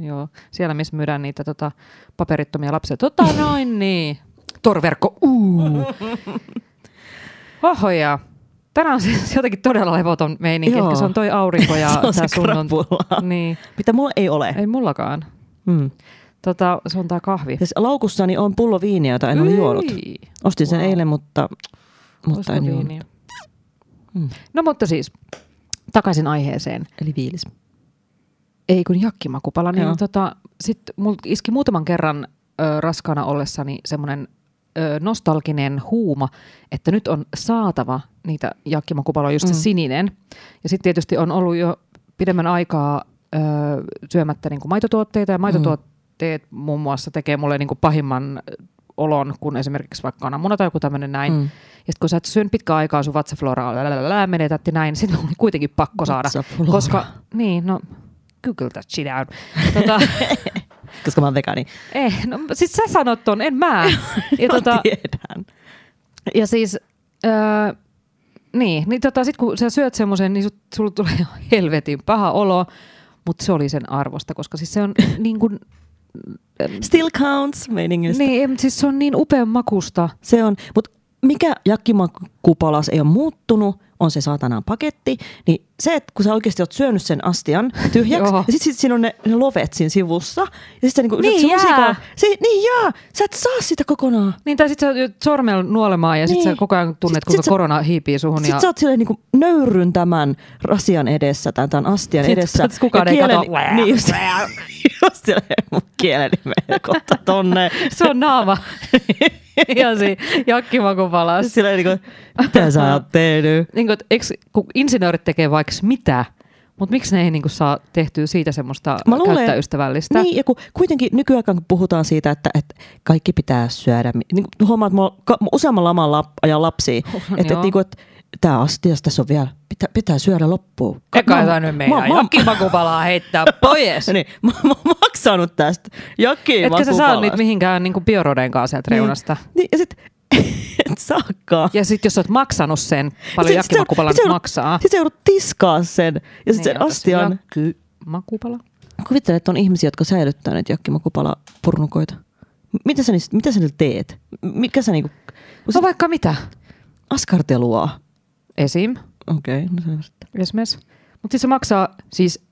Joo, siellä missä myydään niitä tota, paperittomia lapsia. Tota noin, niin. Torverkko, uu. Ohoja. Tänään on siis jotenkin todella levoton meininki,
Joo.
Joo. se on toi aurinko ja
Se on
tää
se Eh.
sunnon...
krapula.
Niin,
Mitä mulla ei ole.
ei mullakaan.
Mm.
Tota, se on tää kahvi.
Siis laukussani on pullo viiniä, jota en ole
Yi.
juonut. Ostin sen
Wow.
eilen, mutta, mutta
Olisiko
en juonut. Mm.
viiniä? No mutta siis, takaisin aiheeseen.
Eli viilis.
Ei kun jakkimakupala,
Joo.
niin tota, sit mul iski muutaman kerran ö, raskaana ollessani semmoinen ö, nostalginen huuma, että nyt on saatava niitä jakkimakupaloja, just se
Mm.
sininen. Ja sitten tietysti on ollut jo pidemmän aikaa ö, syömättä niin maitotuotteita,
Mm.
ja maitotuotteet muun muassa tekee mulle niin pahimman olon, kun esimerkiksi vaikka anamuna tai joku tämmöinen näin.
Mm.
Mm. Ja sit kun sä et syön pitkään aikaa, sun vatsaflora lälälälä, menetätti näin, sitten oli kuitenkin pakko saada.
Vatsaflora.
Koska, niin, no, google that shit out. Tota,
Koska mä oon vegaani.
eh, no, siis sä sanot ton, en mä. Ja,
Mä
tota,
tiedän.
ja siis, öö, niin, niin tota, sit kun sä syöt semmoisen, niin sut, sulla tulee ihan helvetin paha olo, mutta se oli sen arvosta, koska siis se on niin kuin,
Still counts meiningistä.
niin, em, siis se on niin upean makusta.
Se on, mutta mikä jakkimakupalas ei ole muuttunut, on se saatanan paketti, niin se, että kun sä oikeasti oot syönyt sen astian tyhjäksi,
Joo.
ja sit, sit siinä on ne, ne lovet siinä sivussa, ja sit sä niinku
Niin
niin jää.
jää.
Se, niin jää, sä et saa sitä kokonaan.
Niin, tai sit sä oot sormella nuolemaan ja sit
Niin.
sä koko ajan tunnet,
Sit-
kuinka
sit sä-
korona hiipii suhun.
Sitten
ja...
sä oot silleen niinku nöyrryn tämän rasian edessä, tämän, tämän astian
Sit
edessä.
sä- kukaan
ja
ei
kielen-
kato.
Niin just, just silleen, mun kieleni menee kohta tonne.
Se on naama. Ihan siinä jakkimakupalas.
Silleen niinku, mitä sä oot tehnyt?
Niin kuin, että eiks, kun insinöörit tekee vaikka mitä, mutta miksi ne ei niin kuin, saa tehtyä siitä semmoista
Mä luulen-
käyttäystävällistä?
Niin, ja kun kuitenkin nykyaikaan kun puhutaan siitä, että, että kaikki pitää syödä. Niin kuin huomaat, että mulla on ka- useamman laman lap, ajan lapsia.
On,
että, että,
Oh, joo.
niin kuin, että tämä astias tässä on vielä, pitää, pitää syödä loppuun. Ka-
Eka
mä-
jotain nyt meidän
mä- mä-
jakkimakupalaa heittää pois.
Niin, mä, mä, oon maksanut tästä jakkiin
Etkä sä saa
makupalasta.
niitä mihinkään niin kuin bioroden kanssa sieltä reunasta.
Niin, niin ja sit, et saakaan.
Ja sitten jos sä oot maksanut sen, paljon
Sit- sit sä-
jakkimakupala
sit sä
nyt
joudut-
maksaa.
Sit sä joudut tiskaa sen ja
Niin,
sit sen
otas
astian.
Jakkimakupala.
Kuvittele, että on ihmisiä, jotka säilyttää näitä jakkimakupalapurnukoita. M- Mitä sä, niistä, mitä sä niillä teet? M- Mikä sä niinku, kun sä
No vaikka mitä?
askartelua.
Esim.
Okei, okay, no se on sitten.
Esimerkiksi. Mutta siis se maksaa siis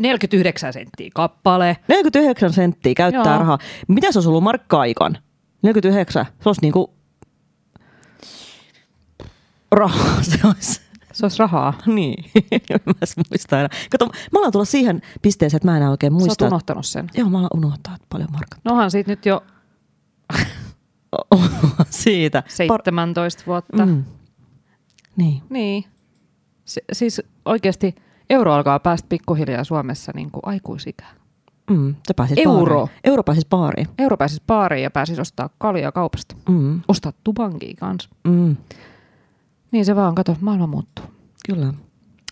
49 senttiä kappale.
49 senttiä käyttää Joo.
Joo.
rahaa. Mitä se olisi ollut markka-aikaan? 49, se olisi niinku... Rahaa se olisi.
Se olisi rahaa.
niin, en mä edes muista enää. Kato, mä alan tulla siihen pisteeseen, että mä enää oikein
Muistat. Sä
muista.
oot unohtanut sen.
Joo, mä alan unohtaa, että paljon markat.
Nohan siitä nyt jo
Siitä.
17 vuotta. Mm.
Mm. Niin.
Niin. Se, siis oikeasti euro alkaa päästä pikkuhiljaa Suomessa niin kuin aikuisikään.
Mm, sä pääsit
Euro.
Baariin. Euro pääsis baariin.
Euro pääsisi baariin ja pääsisi ostaa kaljaa kaupasta.
Mm,
Ostaa tubankia kanssa.
mm,
Niin se vaan, kato, maailma muuttuu.
kyllä.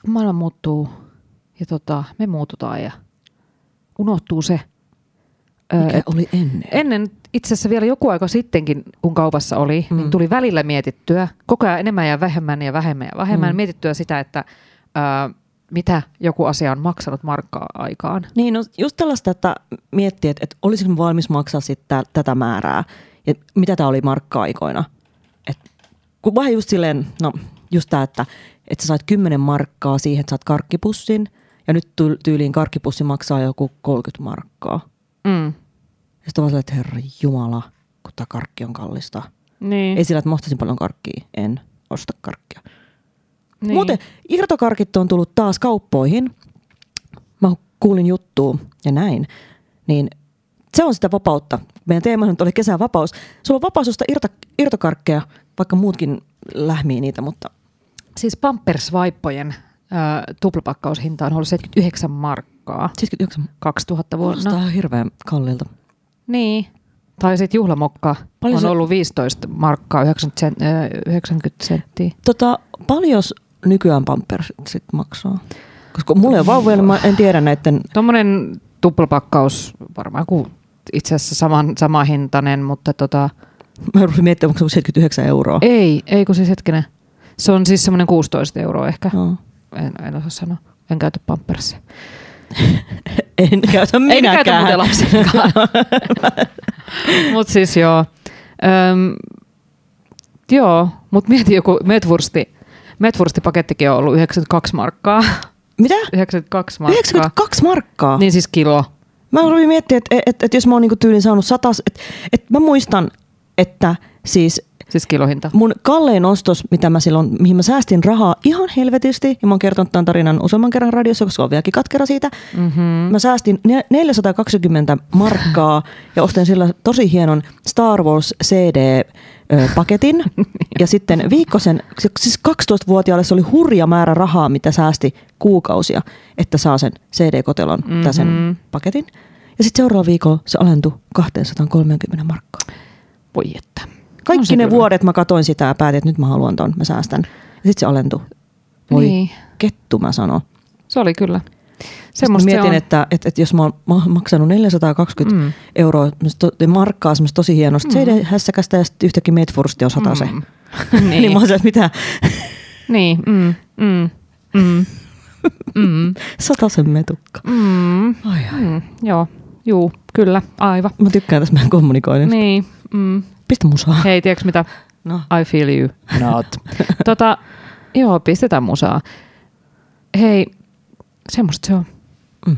Maailma muuttuu ja tota, me muututaan ja unohtuu se. ö,
Mikä oli ennen?
Ennen itse asiassa vielä joku aika sittenkin, kun kaupassa oli, mm.
Mm.
niin tuli välillä mietittyä, koko ajan enemmän ja vähemmän ja vähemmän ja vähemmän,
Mm.
mm. mietittyä sitä, että ää, mitä joku asia on maksanut markkaa aikaan.
Niin, no just tällaista, että miettii, että, että olisinko mä valmis maksaa sit tä, tätä määrää. Ja mitä tämä oli markka-aikoina. Et, kun vähän just silleen, no just tämä, että, että sä sait 10 markkaa siihen, että saat karkkipussin. Ja nyt tyl- tyyliin karkkipussi maksaa joku 30 markkaa.
Mm.
Ja sitten vaan silleen, että herra jumala, kun tämä karkki on kallista.
Niin.
Ei sillä, että mä ostaisin paljon karkkia. En osta karkkia.
niin.
Muuten irtokarkit on tullut taas kauppoihin. Mä kuulin juttua ja näin. Niin se on sitä vapautta. Meidän teema nyt oli kesän vapaus. Sulla on vapaus ostaa irto, irtokarkkeja, vaikka muutkin lähmii niitä, mutta
Siis Pampers-vaippojen ää, tuplapakkaushinta on ollut 79 markkaa
79
2000 vuonna.
kuulostaa no. hirveän kalliilta.
Niin. Tai sitten juhlamokka
Paljon
Paljon on
se-
se... ollut 15 markkaa 90, sen, ää, 90 senttiä.
Tota, paljon nykyään pampersit sit maksaa? Koska mulla ei ole vauvoja, niin mä en tiedä näiden...
Tuommoinen tuplapakkaus varmaan kuin itse asiassa saman, sama hintainen, mutta tota,
Mä rupesin miettimään, onko se 79 euroa.
ei, ei kun siis hetkinen. Se on siis semmoinen 16 euroa ehkä,
Joo.
en, en osaa sanoa. En käytä pampersia.
En käytä
Ei ne käytä
minäkään.
muuten lapsenkaan. mut siis joo. Öm, joo, mut mieti joku Metwursti. Metwurstipakettikin on ollut 92 markkaa.
Mitä?
92 markkaa.
92 markkaa?
Niin siis kilo.
Mä ruin miettiä, että et, et, jos mä oon niinku tyylin saanut satas, että et mä muistan, että siis
Siis kilohinta.
mun kallein ostos, mitä mä silloin, mihin mä säästin rahaa ihan helvetisti, ja mä oon kertonut tämän tarinan useamman kerran radiossa, koska on vieläkin katkera siitä.
Mhm.
Mm-hmm.
Mm.
Mä säästin ne- 420 markkaa ja ostin sillä tosi hienon Star Wars CD-paketin. ja sitten viikkosen, siis 12-vuotiaalle se oli hurja määrä rahaa, mitä säästi kuukausia, että saa sen CD-kotelon mm-hmm. tai sen paketin. Ja sitten seuraavalla viikolla se alentui 230 markkaa.
Voi että. On
Kaikki
se
ne
kyllä.
kyllä. vuodet mä katoin sitä ja päätin, että nyt mä haluan ton, mä säästän. Ja sit se alentui. Voi
Niin.
niin. kettu mä sanon.
Se oli kyllä.
Sitten Siis mä
Semmosta se
mietin,
on.
että, että, että jos mä oon ma- maksanut 420
Mm.
mm. euroa semmoista to, markkaa semmoista tosi hienosta mm. CD-hässäkästä ja sitten yhtäkkiä Medfursti on sata se.
Mm.
Mm.
Niin.
niin. niin mä oon se, että mitä?
Niin, mm, mm, mm, mm,
Satasen metukka.
mm.
Ai, ai.
Mm, joo, juu, kyllä, aivan.
Mä tykkään tästä meidän kommunikoinnista. Niin.
Niin, mm.
Pistä musaa.
Hei, tiedätkö mitä?
No.
I feel you. Not. tota, joo, pistetään musaa. Hei, semmoista se on.
Mm.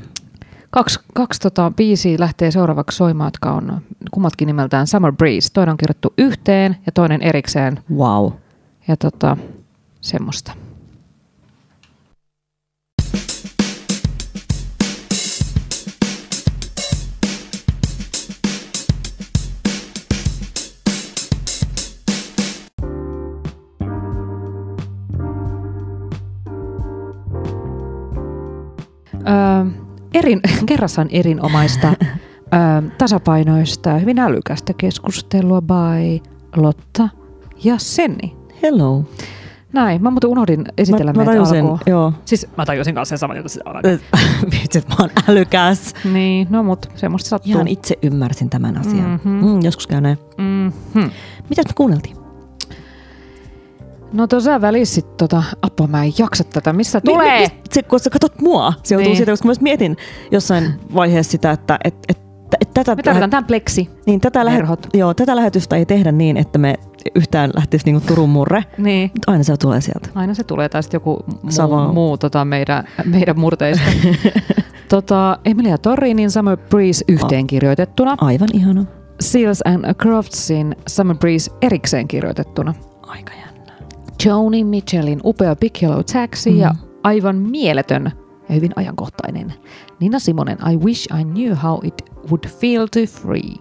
Kaksi, kaksi tota, biisiä lähtee seuraavaksi soimaan, jotka on kummatkin nimeltään Summer Breeze. Toinen on kirjoittu yhteen ja toinen erikseen.
Wow.
Ja tota, semmoista. Öö, erin, kerrassaan erinomaista, öö, tasapainoista ja hyvin älykästä keskustelua by Lotta ja Senni.
Hello.
Näin, mä muuten unohdin esitellä
mä, mä
meidät
tajusin,
alkuun.
joo.
Siis mä tajusin kanssa sen saman jutun sitä alkaa.
Vitsi, että mä oon älykäs.
Niin, no mut semmoista sattuu.
Ihan itse ymmärsin tämän asian.
Mhm.
Mm-hmm. Mm, joskus käy näin.
mm-hmm.
Mitäs me kuunneltiin?
No tuossa välissä sit tota, apua mä en jaksa tätä, missä tulee?
Mi- mi- Niin, se, kun sä katot mua, se joutuu
Niin.
niin. siitä, koska mä myös mietin jossain vaiheessa sitä, että et, et, et, tätä,
Me tarvitaan tämän pleksi.
niin, tätä, lähe,
Verhot.
joo, tätä lähetystä ei tehdä niin, että me yhtään lähtisi niinku Turun murre.
Niin.
Mutta aina se tulee sieltä.
Aina se tulee tai sitten joku muu,
Sama.
muu tota, meidän, meidän murteista. tota, Emilia Torrinin Summer Breeze yhteen kirjoitettuna.
Aivan ihana.
Seals and Croftsin Summer Breeze erikseen kirjoitettuna.
Aika jännä.
Joni Mitchellin upea Big Yellow Taxi mm. ja aivan mieletön ja hyvin ajankohtainen Nina Simonen I Wish I Knew How It Would Feel to Free.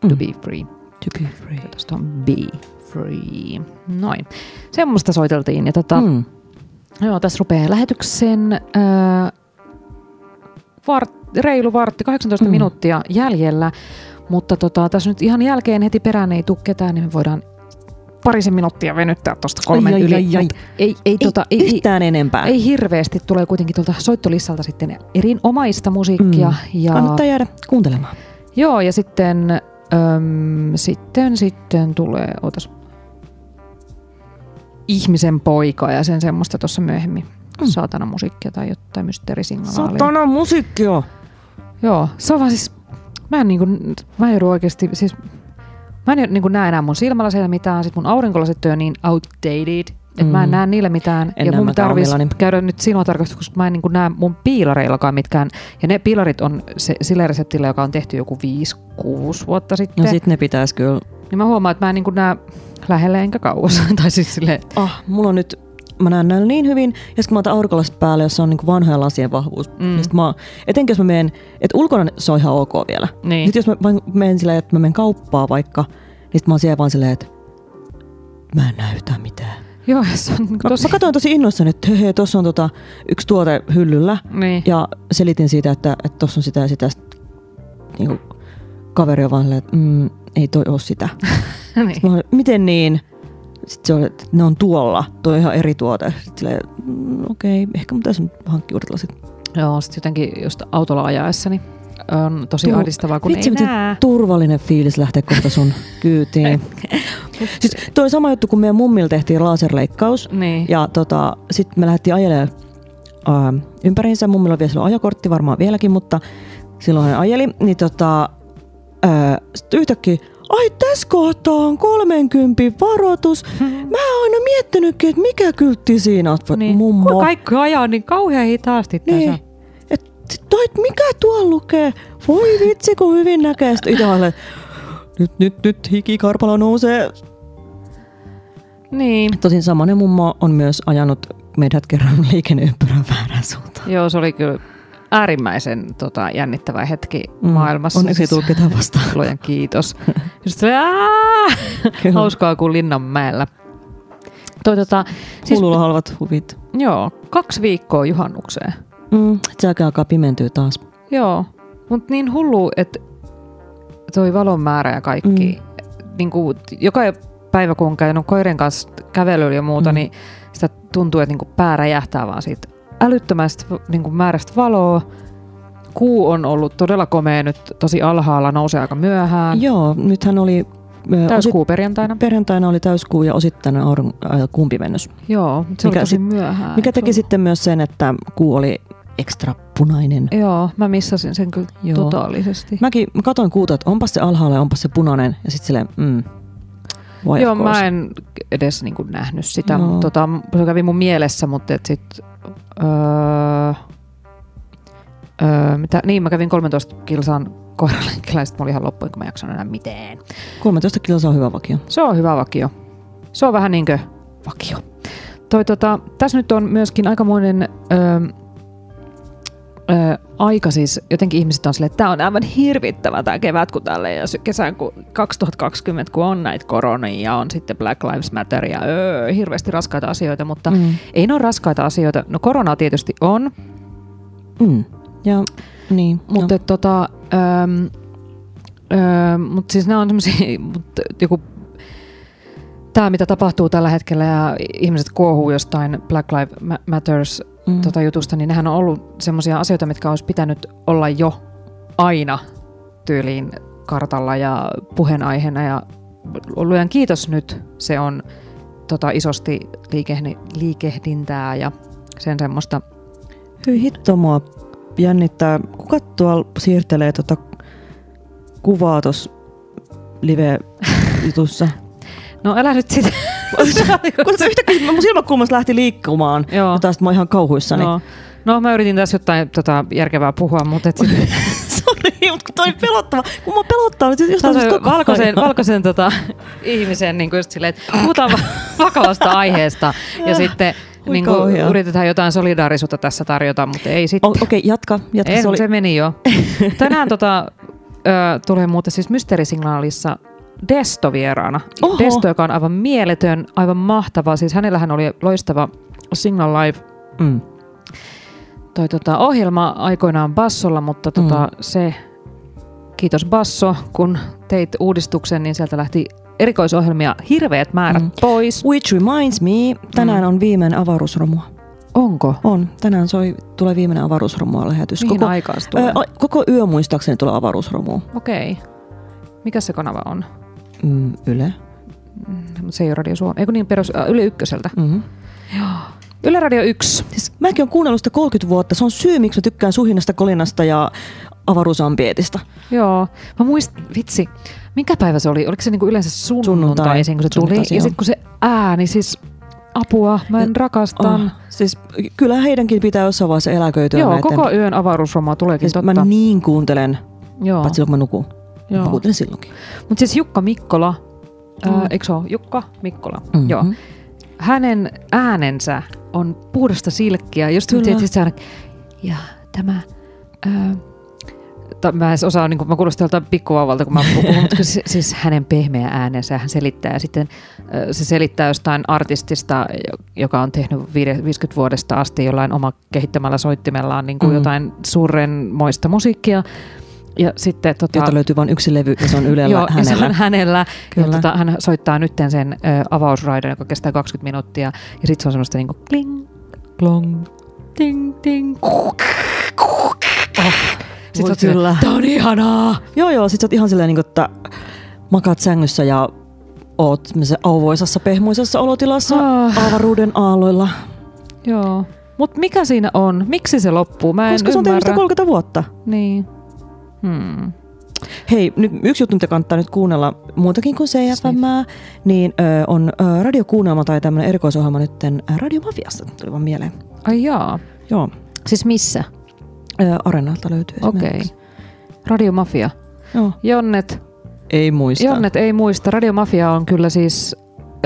To
Mm.
be free.
To be free.
Tuosta on be free. Noin. Semmoista soiteltiin. Ja tota, mm.
Mm.
joo, tässä rupeaa lähetyksen äh, vart, reilu vartti, 18 mm.
Mm.
minuuttia jäljellä. Mutta tota, tässä nyt ihan jälkeen heti perään ei tule ketään, niin me voidaan parisen minuuttia venyttää tuosta kolmen
Ai, ai,
yli.
ai, ai.
Mut Ei, ei, tota, ei, ei,
yhtään enempää.
ei hirveästi. Tulee kuitenkin tuolta soittolistalta sitten erinomaista musiikkia. Mm. Ja,
Kannattaa jäädä kuuntelemaan.
Joo, ja sitten, äm, sitten, sitten tulee, otas, ihmisen poika ja sen semmoista tuossa myöhemmin. Mm. Saatana musiikkia tai jotain mysteerisignaaleja.
musiikkia.
Joo, se on vaan siis, mä en niinku, mä joudun oikeesti, siis mä en niinku näe enää mun silmällä siellä mitään, sit mun aurinkolasit on jo niin outdated, että mm. mä en
Mm.
näe niillä mitään.
En
ja
näe niin-
mun
mäkään
tarvis
omillani.
käydä nyt silmätarkastus, koska mä en niinku näe mun piilareillakaan mitkään. Ja ne piilarit on se, sillä reseptillä, joka on tehty joku 5-6 vuotta sitten.
No sit ne pitäis kyllä
Niin mä huomaan, että mä en niinku näe lähelle enkä kauas. tai siis silleen,
ah, mulla on nyt, mä näen näillä niin hyvin, ja sitten mä otan aurinkolasit päälle, jos on niinku vanhojen lasien vahvuus.
Mm.
Mm. Niin sit mä, etenkin jos mä menen, että ulkona se on ihan ok vielä.
Niin.
Nyt jos mä vaan menen silleen, että mä menen kauppaa vaikka, niin sit mä oon siellä vaan silleen, että mä en näytä mitään.
joo, se on niinku
Mä,
tosi...
mä katsoin tosi innoissani, että hei, tuossa on tota, yksi tuote hyllyllä,
Niin.
ja selitin siitä, että tuossa että tossa on sitä ja sitä. Sit, niinku, kaveri on vaan silleen, että mm, ei toi oo sitä.
niin.
Mä olin, miten niin? Sitten se oli, että ne on tuolla. Tuo on ihan eri tuote. Sitten silleen, mm, okei, okay, ehkä mun pitäisi nyt hankkia uudet lasit.
Joo, sit jotenkin just autolla ajaessani on tosi
Tuu-
ahdistavaa, kun
Vitsi,
ei
miten
näe.
turvallinen fiilis lähtee kohta sun kyytiin. siis toi oli sama juttu, kun meidän mummilla tehtiin laserleikkaus.
Niin.
Ja tota, sitten me lähdettiin ajelemaan ää, ympäriinsä. Mummilla on vielä silloin ajokortti varmaan vieläkin, mutta silloin hän ajeli. Niin tota, ää, sit yhtäkkiä, ai tässä kohtaa on 30 varoitus. Mä oon aina miettinytkin, että mikä kyltti siinä on.
Niin.
Niin.
Kun
Mummo.
kaikki ajaa niin kauhean hitaasti tässä.
Niin. Et, sit toi, et mikä tuo lukee? Voi vitsi, kun hyvin näkee. Sitten itse olen, nyt, nyt, nyt hiki karpalo nousee.
niin.
Tosin samanen mummo on myös ajanut meidät kerran liikenneympyrän väärään suuntaan.
Joo, se oli kyllä äärimmäisen tota, jännittävä hetki mm. maailmassa.
Onneksi ei tullut ketään vastaan.
Luojan kiitos. Just se, "Aa!"
Kyllä.
hauskaa kuin Linnanmäellä. Toi, tota, siis,
Kuululla halvat huvit.
joo, kaksi viikkoa juhannukseen.
Mm, sääkin alkaa pimentyä taas.
Joo, mutta niin hullu, että toi valon määrä ja kaikki. Mm. Niin kuin, joka päivä kun on käynyt koiren kanssa kävelyllä ja muuta, mm.
Mm.
niin sitä tuntuu, että niin kuin pää räjähtää vaan siitä älyttömästä niin kuin määrästä valoa. Kuu on ollut todella komea nyt, tosi alhaalla, nousee aika myöhään.
Joo, nythän oli... ö,
Täyskuu perjantaina.
osit- Perjantaina oli täyskuu ja osittainen aurinko, äh, kumpimennys,
Joo, mut se mikä
Mikä
oli tosi
sit-
myöhään.
mikä teki
Joo.
sitten myös sen, että kuu oli ekstra punainen.
Joo, mä missasin sen kyllä Joo.
Joo.
totaalisesti.
Mäkin mä katoin kuuta, että onpas se alhaalla ja onpas se punainen. Ja sitten silleen, mm, why
Joo,
of course.
mä en edes niin kuin nähnyt sitä.
Joo.
Mut Tota, se kävi mun mielessä, mutta et sit, öö, öö, mitä, niin mä kävin 13 kilsaan koiralenkillä ja sit mä olin ihan loppuun, kun mä en jaksanut enää mitään.
13 kilsaa on hyvä vakio.
Se on hyvä vakio. Se on vähän niinkö vakio. Toi, tota, tässä nyt on myöskin aikamoinen öö, öö, aika siis, jotenkin ihmiset on silleen, että tämä on aivan hirvittävä tämä kevät, kun tälle ja sy- kesän kun 2020, kun on näitä koronia ja on sitten Black Lives Matter ja öö, hirveästi raskaita asioita, mutta mm.
Mm.
ei ne ole raskaita asioita. No koronaa tietysti on,
Mm. Ja, niin.
mutta no. tota, ähm, ähm, mut siis nämä on semmoisia, joku tämä mitä tapahtuu tällä hetkellä ja ihmiset kuohuu jostain Black Lives Ma- Matters mm.
Mm.
tota jutusta, niin nehän on ollut semmoisia asioita, mitkä olisi pitänyt olla jo aina tyyliin kartalla ja puheenaiheena ja luojan kiitos nyt se on tota, isosti liikehni, liikehdintää ja sen semmoista
Hyi hitto mua jännittää. Kuka tuolla siirtelee tota kuvaa tuossa live-jutussa?
No älä nyt sitä.
Kun se yhtäkkiä mun silmäkulmasta lähti liikkumaan.
Joo.
Ja taas mä oon ihan kauhuissani.
No, no mä yritin tässä jotain tota, järkevää puhua, mutta et sit,
Sori, mutta kun toi pelottava. Kun mä pelottaa niin nyt jostain
se
syystä siis koko
valkoisen,
ajan.
valkoisen tota, ihmisen niin kuin just silleen, että puhutaan va- vakavasta aiheesta
Äh,
ja sitten
Oi
niin kuin,
kauhea.
yritetään jotain solidaarisuutta tässä tarjota, mutta ei sitten.
O- Okei, jatka. jatka
Ei,
se oli...
se meni jo. Tänään tota, ö, tulee muuten siis mysteerisignaalissa Desto vieraana.
Oho.
Desto, joka on aivan mieletön, aivan mahtava. Siis hänellähän oli loistava Signal Live
Mm.
toi tota, ohjelma aikoinaan Bassolla, mutta tota, mm. se, kiitos Basso, kun teit uudistuksen, niin sieltä lähti erikoisohjelmia hirveät määrät mm.
Mm.
pois.
Which reminds me, tänään
Mm.
on viimeinen avaruusromua.
Onko?
On. Tänään soi, tulee viimeinen avaruusromua lähetys.
Mihin aikaan se tulee?
Ö, o- koko yö muistaakseni tulee avaruusromu.
Okei. Okay. Mikä se kanava on?
Mm, yle.
Mut Se ei ole Radio Suomi. Eikö niin perus, äh, Yle Ykköseltä.
Mm-hmm.
Yle Radio 1.
Siis mäkin olen kuunnellut sitä 30 vuotta. Se on syy, miksi mä tykkään suhinnasta, kolinasta ja avaruusambietista.
Joo. Mä muist, vitsi, mikä päivä se oli? Oliko se niinku yleensä sunnuntaisin,
Sunnuntai.
kun se tuli?
Sunnuntaisin,
ja
joo.
sitten kun se ääni, siis apua, mä en rakastan.
Oh, siis kyllä heidänkin pitää jossain vaiheessa eläköityä
Joo,
näiden.
koko yön avaruusromaa tuleekin
siis
totta.
Mä niin kuuntelen,
Joo.
paitsi silloin kun mä nukun.
Joo.
Joo. Mä kuuntelen silloinkin.
Mutta siis Jukka Mikkola, mm. ää, eikö se ole? Jukka Mikkola, mm-hmm.
Mhm.
joo. Hänen äänensä on puhdasta silkkiä. Just Kyllä.
Kyllä.
Tietysti, se aina, ja tämä... Ää, tai mä en edes osaa, niin kuin, mä kuulostan joltain pikkuvauvalta, kun mä puhun, mutta siis, siis hänen pehmeä äänensä hän selittää. Ja sitten ö, se selittää jostain artistista, jo- joka on tehnyt viide- 50 vuodesta asti jollain oma kehittämällä soittimellaan niin kuin mm.
Mm.
jotain surren moista musiikkia. Ja sitten tota,
Jota löytyy vain yksi levy ja se on Ylellä
Joo, ja se
hänellä.
on hänellä. Kyllä.
Kyllä.
Ja tota, hän soittaa nytten sen ö, avausraidan, joka kestää 20 minuuttia. Ja sitten se on semmoista niinku kling, klong, ting, ting. Oh. Sitten
Voi
sä oot silleen,
kyllä.
tää on ihanaa.
Joo, joo, sit sä oot ihan silleen, niin että makaat sängyssä ja oot se auvoisassa, pehmuisessa olotilassa
Ah.
avaruuden aalloilla.
Joo. Mutta mikä siinä on? Miksi se loppuu? Mä en
Koska se on tehnyt sitä
ymmärrä.
30 vuotta.
Niin. Hmm.
Hei, nyt yksi juttu, mitä kannattaa nyt kuunnella muutakin kuin
Siis
CFM, niin ö, on ö, radiokuunnelma tai tämmöinen erikoisohjelma nyt Radiomafiasta, tuli vaan mieleen.
Ai jaa.
Joo,
Siis missä?
ö, Areenalta löytyy
Okei.
esimerkiksi.
Radiomafia.
Joo.
Jonnet,
Ei muista.
Jonnet ei muista. Radiomafia on kyllä siis...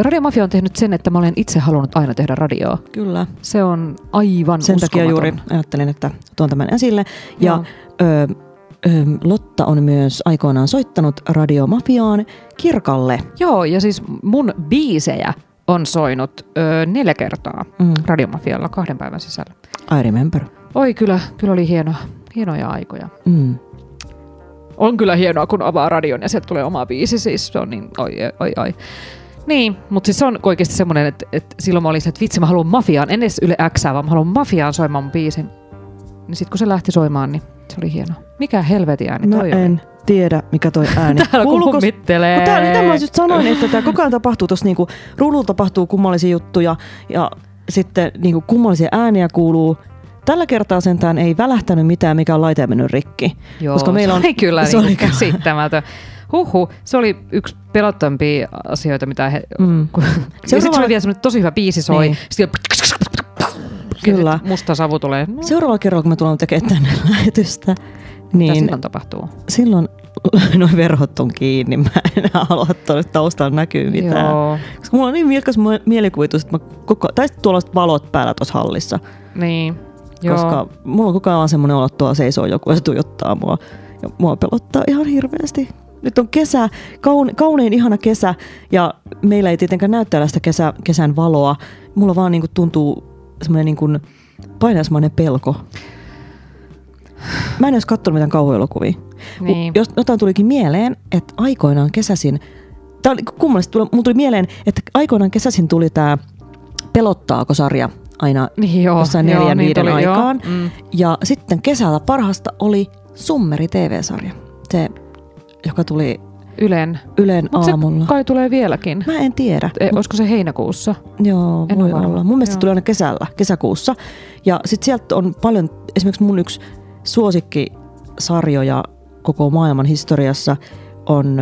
Radiomafia on tehnyt sen, että mä olen itse halunnut aina tehdä radioa.
Kyllä.
Se on aivan
Sen takia
uskomaton.
juuri ajattelin, että tuon tämän esille. Ja ö, ö, Lotta on myös aikoinaan soittanut radiomafiaan kirkalle.
Joo, ja siis mun biisejä on soinut ö, neljä kertaa
Mm.
radiomafialla kahden päivän sisällä.
I remember.
Oi kyllä, kyllä oli hienoa. Hienoja aikoja.
Mm.
On kyllä hienoa, kun avaa radion ja sieltä tulee oma biisi, siis se on niin, oi, oi, oi. Niin, mutta siis se on oikeasti semmoinen, että, että silloin mä olin, se, että vitsi mä haluan mafiaan, en edes Yle X, vaan mä haluan mafiaan soimaan mun biisin. Niin sit kun se lähti soimaan, niin se oli hieno. Mikä helvetin ääni
Mä
toi oli?
en tiedä, mikä toi ääni.
Täällä
Kuuluuko-
kummittelee.
Mutta tää- mitä mä just sanoin, että tää koko ajan tapahtuu tuossa niinku, ruudulla tapahtuu kummallisia juttuja ja sitten niinku, kummallisia ääniä kuuluu. Tällä kertaa sentään ei välähtänyt mitään, mikä on laite mennyt rikki.
Joo,
koska meillä on,
se oli kyllä
se
se
oli
niin käsittämätön. Huhhuh, se oli yksi pelottavimpia asioita, mitä he...
Mm.
Mm. Kun... Ja sitten se oli vielä semmoinen tosi hyvä biisi soi.
Niin.
Niin. Sitten
Kyllä.
Ja sit musta savu tulee. No, se
Seuraavalla kerralla, kun me tullaan tekemään tänne lähetystä,
mitä
niin
silloin tapahtuu?
silloin noin verhot on kiinni. Mä en enää halua, että tuolla taustalla näkyy mitään.
Joo,
Koska mulla on niin vilkas mu- mielikuvitus, että mä koko, tai sitten tuolla on sit valot päällä tuossa hallissa.
niin. Joo.
Joo. Koska mulla on koko ajan vaan semmoinen olo, että tuolla seisoo joku ja se tuijottaa mua. Ja mua pelottaa ihan hirveästi. Nyt on kesä, kaun, kaunein ihana kesä ja meillä ei tietenkään näy tällaista kesä, kesän valoa. Mulla vaan niinku tuntuu semmoinen niinku painasmainen pelko. Mä en edes katsonut mitään kauhuelokuvia.
Niin.
Mut Jos jotain tulikin mieleen, että aikoinaan kesäsin, tää oli kummallisesti, tuli, mulla tuli mieleen, että aikoinaan kesäsin tuli tämä Pelottaako sarja aina
Niin joo,
jossain
joo,
neljän
niin
viiden
tuli, joo.
aikaan.
Mm.
Ja sitten kesällä parhasta oli Summeri TV-sarja, se, joka tuli
Ylen.
Ylen
Mutta se
aamulla.
kai tulee vieläkin.
Mä en tiedä.
E,
mut
olisiko se heinäkuussa?
Joo,
En
voi
ole varma.
olla. Mun mielestä se
Joo.
tuli aina kesällä, kesäkuussa. Ja sitten sieltä on paljon, esimerkiksi mun yksi suosikkisarjoja koko maailman historiassa on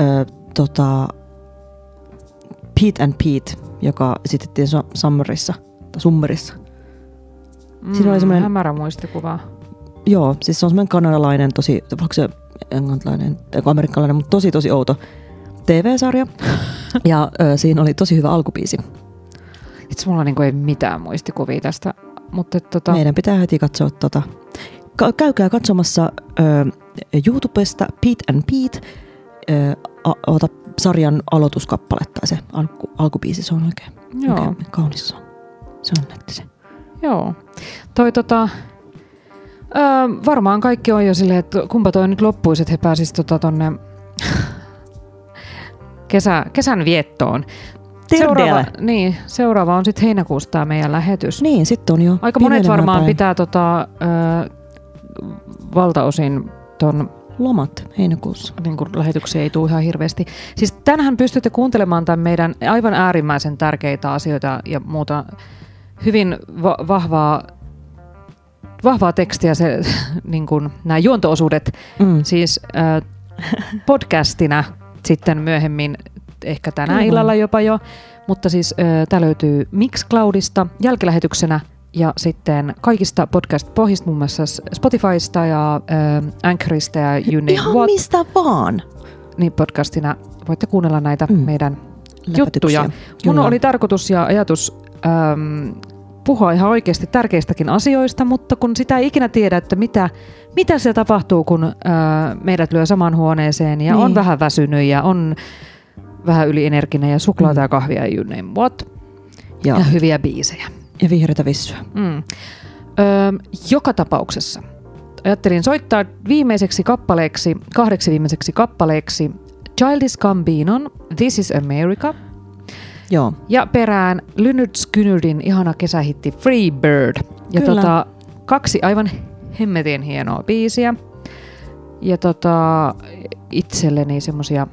ö, tota, Pete and Pete, joka esitettiin Su- Summerissa. Tai Summerissa.
Mm,
Siinä oli semmoinen-
Hämärä muistikuva.
Joo, siis se on semmoinen kanadalainen, tosi, onko se englantilainen, tai amerikkalainen, mutta tosi tosi outo TV-sarja. ja ö, siinä oli tosi hyvä alkupiisi.
Itse mulla niinku ei mitään muistikuvia tästä. Mutta et tota,
Meidän pitää heti katsoa tota. Ka- käykää katsomassa ö, YouTubesta Pete and Pete. Ö, a- ota sarjan aloituskappale tai se alku, alkubiisi, se on oikein,
joo.
oikein kaunis. Se on, se on nätti se.
Joo. Toi tota, öö, varmaan kaikki on jo silleen, että kumpa toi nyt loppuisi, että he pääsisivät tota tonne kesä, kesän viettoon. Seuraava,
Seuraava.
niin, seuraava on sitten heinäkuussa tämä meidän lähetys.
Niin, sitten on jo.
Aika monet
pienenemään
varmaan
päin.
pitää tota, öö, valtaosin ton
Lomat heinäkuussa.
niin kuin lähetyksiä ei tule ihan hirveästi. Siis tänähän pystytte kuuntelemaan tämän meidän aivan äärimmäisen tärkeitä asioita ja muuta hyvin va- vahvaa, vahvaa tekstiä, se, niin kuin nämä juontoosuudet,
Mm.
siis äh, podcastina sitten myöhemmin, ehkä tänä
Kyllä.
illalla jopa jo, mutta siis äh, tämä löytyy Mixcloudista jälkilähetyksenä ja sitten kaikista podcast-pohjista, muun muassa Spotifysta ja äh, Anchorista ja you name
Ihan
what
mistä vaan.
niin podcastina voitte kuunnella näitä
Mm.
mm. meidän
Läpätyksiä.
juttuja. Mun
Kyllä.
oli tarkoitus ja ajatus äm, puhua ihan oikeasti tärkeistäkin asioista, mutta kun sitä ei ikinä tiedä, että mitä, mitä siellä tapahtuu, kun äh, meidät lyö samaan huoneeseen ja niin.
Niin.
on vähän väsynyt ja on vähän ylienerginen ja suklaata
Mm.
ja kahvia ja you name what.
Ja,
Ja hyviä biisejä.
ja vihreitä vissyä.
Mm. Öö, joka tapauksessa ajattelin soittaa viimeiseksi kappaleeksi, kahdeksi viimeiseksi kappaleeksi Childish Gambinon This is America
Joo.
ja perään Lynyrd Skynyrdin ihana kesähitti Free Bird. Ja
Kyllä.
tota, kaksi aivan hemmetin hienoa biisiä. Ja tota, itselleni semmosia,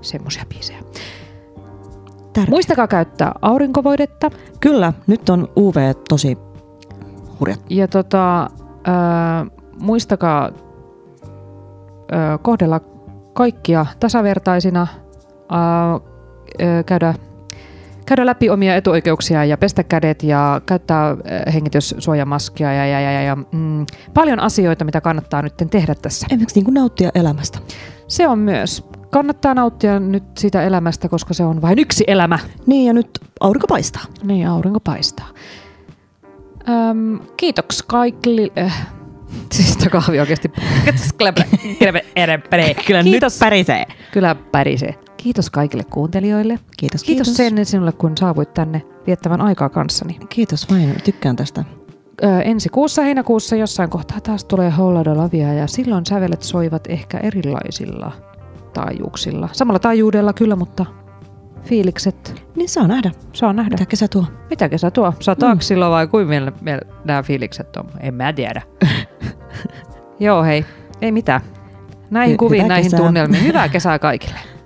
semmosia biisejä.
Tärkeä.
Muistakaa käyttää aurinkovoidetta
Kyllä, nyt on UV tosi hurjat.
ja tota, ö, muistakaa ö, kohdella kaikkia tasavertaisina, ö, ö, käydä, käydä läpi omia etuoikeuksia ja pestä kädet ja käyttää ö, hengityssuojamaskia ja, ja, ja, ja, ja mm, paljon asioita, mitä kannattaa nyt tehdä tässä.
Esimerkiksi niin kuin nauttia elämästä.
Se on myös. Kannattaa nauttia nyt siitä elämästä, koska se on vain yksi elämä.
Niin ja nyt aurinko paistaa.
Niin, aurinko paistaa. Öm, kiitoks kaikille. Äh. Siis tää kahvi oikeesti. Kyllä, kyllä,
Kyllä
Kiitos.
nyt pärisee.
kyllä pärisee. Kiitos kaikille kuuntelijoille.
Kiitos,
Kiitos,
kiitos.
Kiitos sen sinulle, kun saavuit tänne viettävän aikaa kanssani.
Kiitos vain, tykkään tästä.
Ö, ensi kuussa, heinäkuussa jossain kohtaa taas tulee Hollado Lavia ja silloin sävelet soivat ehkä erilaisilla taajuuksilla. Samalla taajuudella kyllä, mutta fiilikset
Niin saa nähdä,
saa nähdä.
mitä kesä tuo.
Mitä kesä tuo? Sataako mm. silloin vai kuinka meillä, meillä nämä fiilikset on? En mä tiedä. Joo hei, ei mitään. Näihin
Hy-
kuviin,
hyvää
näihin
kesää.
tunnelmiin. Hyvää kesää kaikille.